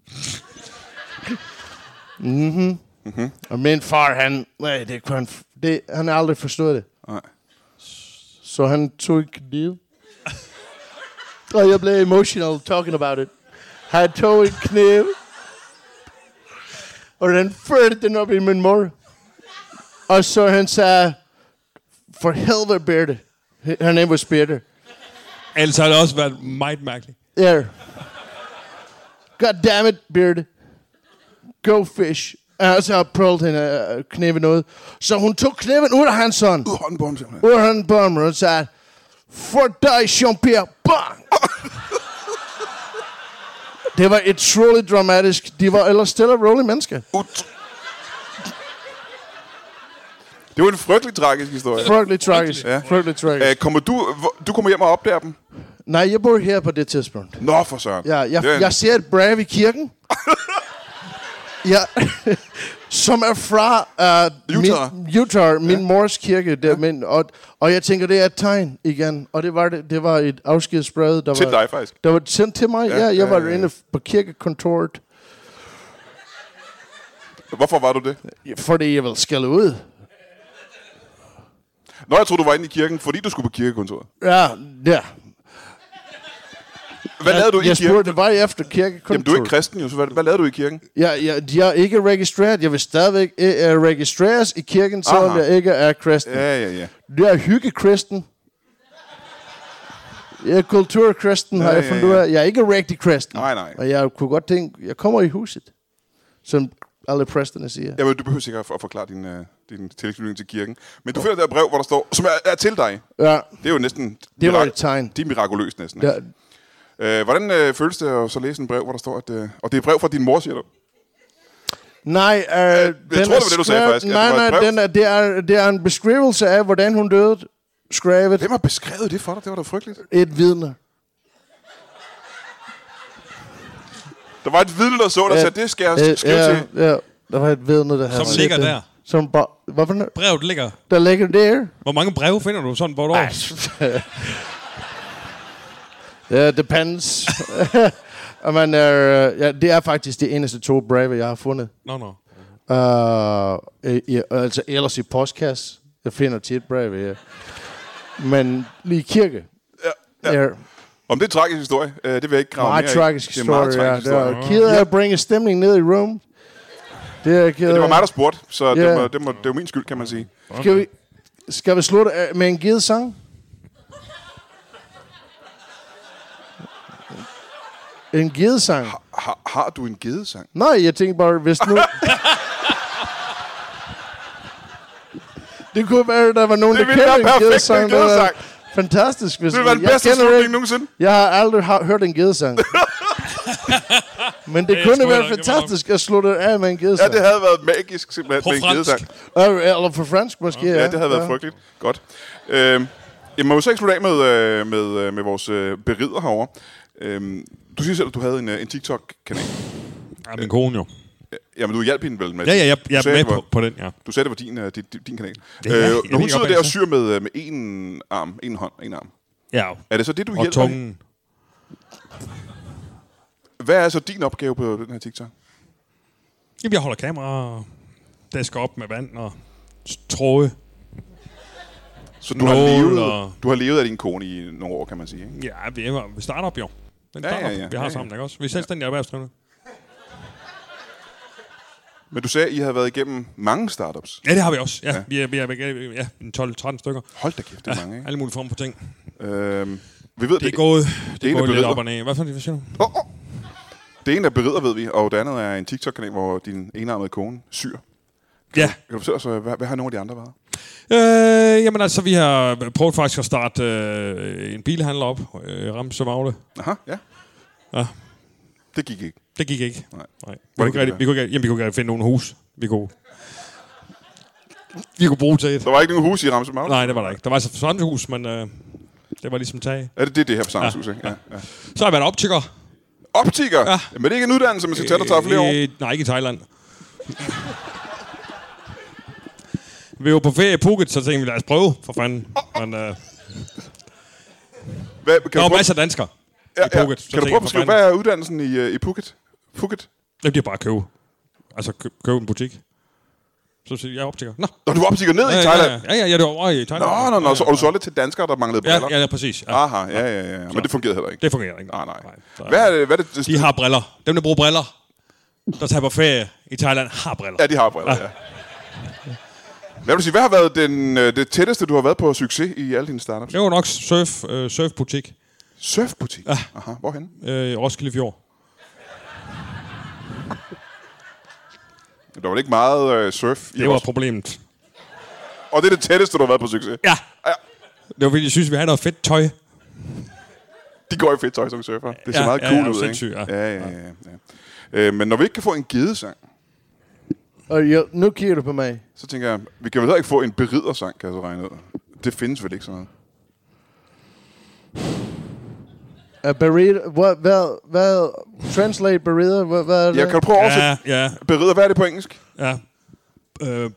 C: Mm-hmm. Og min far, han, nej, det kunne han, f- det, han har aldrig forstået det.
A: Nej.
C: Så han tog en kniv. og jeg blev emotional talking about it. Han tog en kniv. Og den førte den op i min mor. Og så han sagde, for helvede, Birte. Her name was Birte.
B: Ellers Altså, har det også været meget mærkeligt.
C: There. God damn it, Beard. Go fish. Og så har Pearl hende øh, kniven ud. Så hun tog kniven ud af hans hånd.
A: Ud af hånden på ham simpelthen.
C: Ud af hans bom, og hun sagde, For dig, Jean-Pierre. Bang! Det var utroligt dramatisk. De var ellers stille og rolige mennesker.
A: Ut. Det var en frygtelig tragisk historie.
C: Frygtelig tragisk.
A: Ja.
C: Frygtelig
A: Æ,
C: tragisk.
A: kommer du, hvor- du kommer hjem og opdager dem?
C: Nej, jeg bor her på det tidspunkt.
A: Nå, for søren.
C: Ja, jeg,
A: Det er en-
C: jeg ser et brev i kirken. ja, som er fra uh,
A: Utah.
C: Min, Utah, min ja. mors kirke. Der, ja. min, og, og jeg tænker, det er et tegn igen. Og det var, det, det var et afskedsbrev. Der
A: Til
C: var,
A: dig, faktisk.
C: Der var sendt til mig, ja. ja
A: ja,
C: jeg var
A: ja, ja.
C: inde på kirkekontoret,
A: Hvorfor var du det?
C: fordi jeg ville skælde ud.
A: Nå, jeg troede, du var inde i kirken, fordi du skulle på kirkekontoret.
C: Ja, ja.
A: Hvad lavede du i
C: jeg
A: kirken?
C: spurgte vej efter kirkekontoret.
A: Jamen, du er ikke kristen, jo, så hvad, hvad lavede du i kirken?
C: Jeg, jeg, jeg er ikke registreret. Jeg vil stadigvæk uh, registreres i kirken, selvom
A: Aha.
C: jeg ikke er kristen.
A: Ja, ja, ja.
C: Jeg er hyggekristen. Jeg er kulturkristen, ja, har jeg
A: ja,
C: fundet ud af. Jeg er ikke rigtig kristen.
A: Nej, nej.
C: Og jeg kunne godt tænke, jeg kommer i huset, som alle præsterne siger.
A: Jamen, du behøver sikkert at forklare din, uh, din tilknytning til kirken. Men du finder det her brev, hvor der står, som er, er til dig.
C: Ja,
A: Det er jo næsten...
C: Det var et tegn.
A: Det er mirakuløst næsten.
C: ja
A: Ja. Øh, hvordan øh, føles det at så læse en brev, hvor der står, at... Øh, og det er et brev fra din mor, siger du?
C: nej, øh, jeg den
A: tror, det var
C: er
A: det, du sagde
C: skrevet-
A: faktisk, at det
C: Nej,
A: var et
C: nej,
A: brev.
C: den er, det, er, det er en beskrivelse af, hvordan hun døde, skrevet
A: Hvem har beskrevet det for dig? Det var da frygteligt.
C: et vidne.
A: Der var et vidne, der så dig og
C: Ja.
A: sagde, det skal jeg
C: Øh,
A: skrive
C: ja,
A: til.
C: Ja, der var et vidne, der havde set
B: ligger
C: det.
B: der.
C: Som bare, hvorfor nu?
B: Brevet ligger.
C: der ligger der?
B: Hvor mange breve finder du sådan på et år?
C: Ja, depends. Og man er, øh, ja, det er faktisk det eneste to breve, jeg har fundet. Øh,
B: Nå, nå.
C: Uh, i, i, altså ellers i postkasse. Jeg finder tit breve, ja. men lige kirke. Ja, ja.
A: Om det er en tragisk historie, øh, det vil jeg ikke grave
C: Meget
A: mere i.
C: tragisk
A: Det er en meget
C: historie, ja.
A: tragisk
C: Det er
A: historie.
C: ked af at bringe stemningen ned i room. Det er jeg ked af.
A: Det var mig, der spurgte, så yeah.
C: Ja.
A: det, må, det, må, det var min skyld, kan man sige.
C: Skal vi, skal vi slutte af med en givet sang? En givet sang?
A: Har, har du en gedesang?
C: Nej, jeg tænkte bare, hvis nu... det kunne være, at der var nogen,
A: Det
C: der
A: ville være
C: kender
A: perfekt med
C: en
A: en
C: givet sang. Det ville være
A: gedesang.
C: fantastisk. Hvis
A: Det var den
C: jeg
A: bedste
C: kender
A: slutning
C: ikke-
A: nogensinde.
C: Jeg har aldrig har hørt en gedesang. Men det
B: jeg tror heller ikke,
C: kunne være
B: det var nok.
C: fantastisk at slutte af med en
A: Ja,
C: gedesang.
A: det havde været magisk Altså, simpelthen
B: På
A: med en
B: fransk.
A: gedesang.
C: Øh, Eller på fransk måske, ja.
A: Ja, det havde været frygteligt. Godt. Øhm, jeg må jo så ikke slutte af med, øh, med, øh, med vores øh, berider herovre. Øhm, du siger selv, at du havde en, øh, en TikTok-kanal.
B: Ja, min kone jo.
A: Jamen, du hjalp hende vel med
B: Ja, ja, jeg,
A: Du
B: jeg er
A: sagde,
B: med
A: det var-
B: på, på den, ja.
A: Du sagde, det var din, øh, din, din kanal.
B: er-
A: øh,
B: jeg
A: når
B: ved
A: hun
B: ikke,
A: sidder
B: hvad
A: der og
B: jeg
A: syr med, øh, med en arm, en hånd, en arm.
B: Ja,
A: Er det så det, du
B: og
A: hjælper? hende?
B: tungen.
A: Hvad er så din opgave på den her TikTok?
B: Jamen, jeg holder kamera og dasker op med vand og s- tråde.
A: Så du har,
B: Nål
A: levet,
B: og-
A: du har levet af din kone i nogle år, kan man sige. Ikke?
B: Ja, vi, er, vi starter op jo. Den
A: Ja, ja,
B: starter ja,
A: ja.
B: ja, vi
A: Ja,
B: har
A: ja.
B: sammen, ikke også? Vi er selvstændige erhvervsdrivende.
A: Men du sagde, at I havde været igennem mange startups.
B: Ja, det har vi også. Ja, ja. vi er, vi er, vi er, vi er en 12-13 stykker.
A: Hold da kæft, det er mange, ikke?
B: Alle mulige former for ting.
A: Øhm, vi ved,
B: Det er gået, det
A: ene
B: er
A: er
B: gået lidt
A: billeder.
B: op og ned. Hvad fanden hvad siger du?
A: Oh, oh. Det ene er berider, ved vi, og det andet er en TikTok-kanal, hvor din enarmede kone syr.
B: Ja,
A: Kan du fortælle os, hvad, hvad har nogle af de andre været?
B: Øh, jamen altså, vi har prøvet faktisk at starte øh, en bilhandler op, øh, Ramse Magle.
A: Aha, ja.
B: Ja.
A: Det gik ikke.
B: Det gik ikke.
A: Nej.
B: Nej. Vi, kunne
A: Hvordan
B: ikke,
A: gik det?
B: rigtig- vi, kunne ikke, jamen, vi kunne ikke rigtig finde nogen hus, vi kunne, vi kunne bruge til et.
A: Der var ikke nogen hus i Ramse Magle?
B: Nej, det var der ikke. Der var altså sådan et hus, men øh, det var ligesom tag.
A: Er det det, det her forsamlingshus, ja. ikke? Ja, ja.
B: Så har jeg været optikker.
A: Optiker? Ja. Men det er ikke en uddannelse, man skal tage, der tager flere år.
B: Øh, nej, ikke i Thailand. vi var på ferie i Phuket, så tænkte vi, lad os prøve, for fanden. Men øh,
A: Hvad, kan
B: der
A: du
B: var
A: prøve-
B: masser af danskere
A: ja,
B: i Phuket.
A: Ja.
B: så
A: Kan du
B: tænkte jeg,
A: prøve at
B: for
A: beskrive,
B: fanden.
A: hvad er uddannelsen i, øh, i Phuket? Phuket?
B: Jamen, det er bare at købe. Altså, kø- købe en butik. Så siger jeg, jeg er optiker. Nå.
A: Når du er optiker ned
B: Ja,
A: i
B: ja,
A: Thailand?
B: Ja, ja, ja, det var over i Thailand.
A: Nå, nå, nå, så, og du solgte til danskere, der manglede
B: Ja,
A: briller?
B: ja, ja, præcis. Ja.
A: Aha, ja, ja, ja. Men det fungerede heller ikke.
B: Det fungerer ikke.
A: Nej, Ah, nej.
B: så-
A: Hvad er det? Hvad er det?
B: De har briller. Dem, der bruger briller, der tager på ferie i Thailand, har briller.
A: Ja, de har briller, ja. Hvad vil du sige, hvad har været den, øh, det tætteste, du har været på succes i alle dine startups?
B: Det var nok surf, øh, surfbutik
A: Surfbutik? Aha, hvorhen?
B: øh, i Roskilde Fjord.
A: Der var ikke meget øh, surf i
B: Det var
A: Roskilde.
B: problemet.
A: Og det er det tætteste, du har været på succes.
B: Ja.
A: Ja.
B: Det var fordi, de synes, vi havde noget fedt tøj.
A: De går i fedt tøj som surfer. Det ser
B: Ja,
A: meget
B: ja,
A: cool
B: ja,
A: ud,
B: sindssygt,
A: ikke?
B: ja.
A: Ja, ja, ja. ja. Øh, men når vi ikke kan få en gedesang,
C: Og jeg, nu kigger du på mig.
A: så tænker jeg, vi kan vel heller ikke få en beridersang, kan jeg så regne ud. Det findes vel ikke sådan noget.
C: Er burrito, hvad, hvad, hvad, translate burrito, hvad, hvad er det?
A: Ja, kan du prøve at oversætte?
B: Ja, ja,
A: Berider, hvad er det på engelsk?
B: ja. Øh.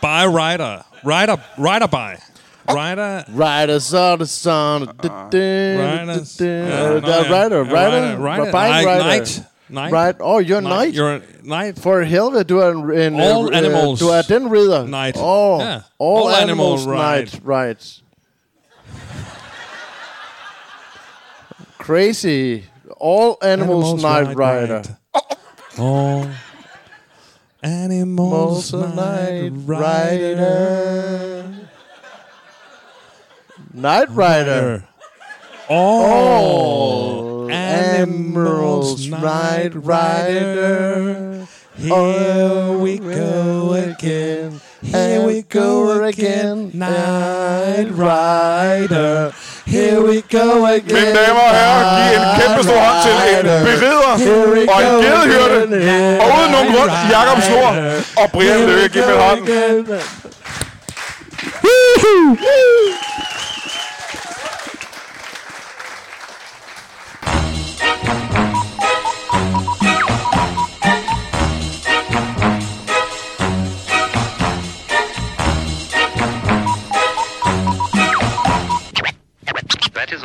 B: Buy rider. Rider, rider buy. Rider,
C: Rider, så the sun.
B: Riders.
C: Rider,
B: nå, ja.
C: rider,
B: Ja,
C: rider,
B: Rider.
C: bike
B: Nej,
C: rider.
B: Knight. Knight.
C: Right. Oh, you're
B: Knight.
C: knight.
B: You're a knight.
C: For helvede, du er en... en
B: All
C: øh,
B: animals
C: Du er den ridder.
B: knight.
C: Oh,
B: Ja.
C: all,
B: All animal
C: animals knight. Right. Crazy. All animals, knight rider.
B: Oh. Animals
C: Animals
B: Knight
C: knight
B: Rider.
C: rider. Knight rider.
B: All
C: Animals
B: Animals
C: Knight
B: Knight
C: Rider.
B: Rider. Here we go again. Here we go again, Knight Rider. Here we go again.
A: Mine damer og herrer, giv en kæmpe stor hånd til en berider og en gedehyrde. Og uden nogen grund, Jakob Snor og Brian Lykke. Giv med hånden.
D: That is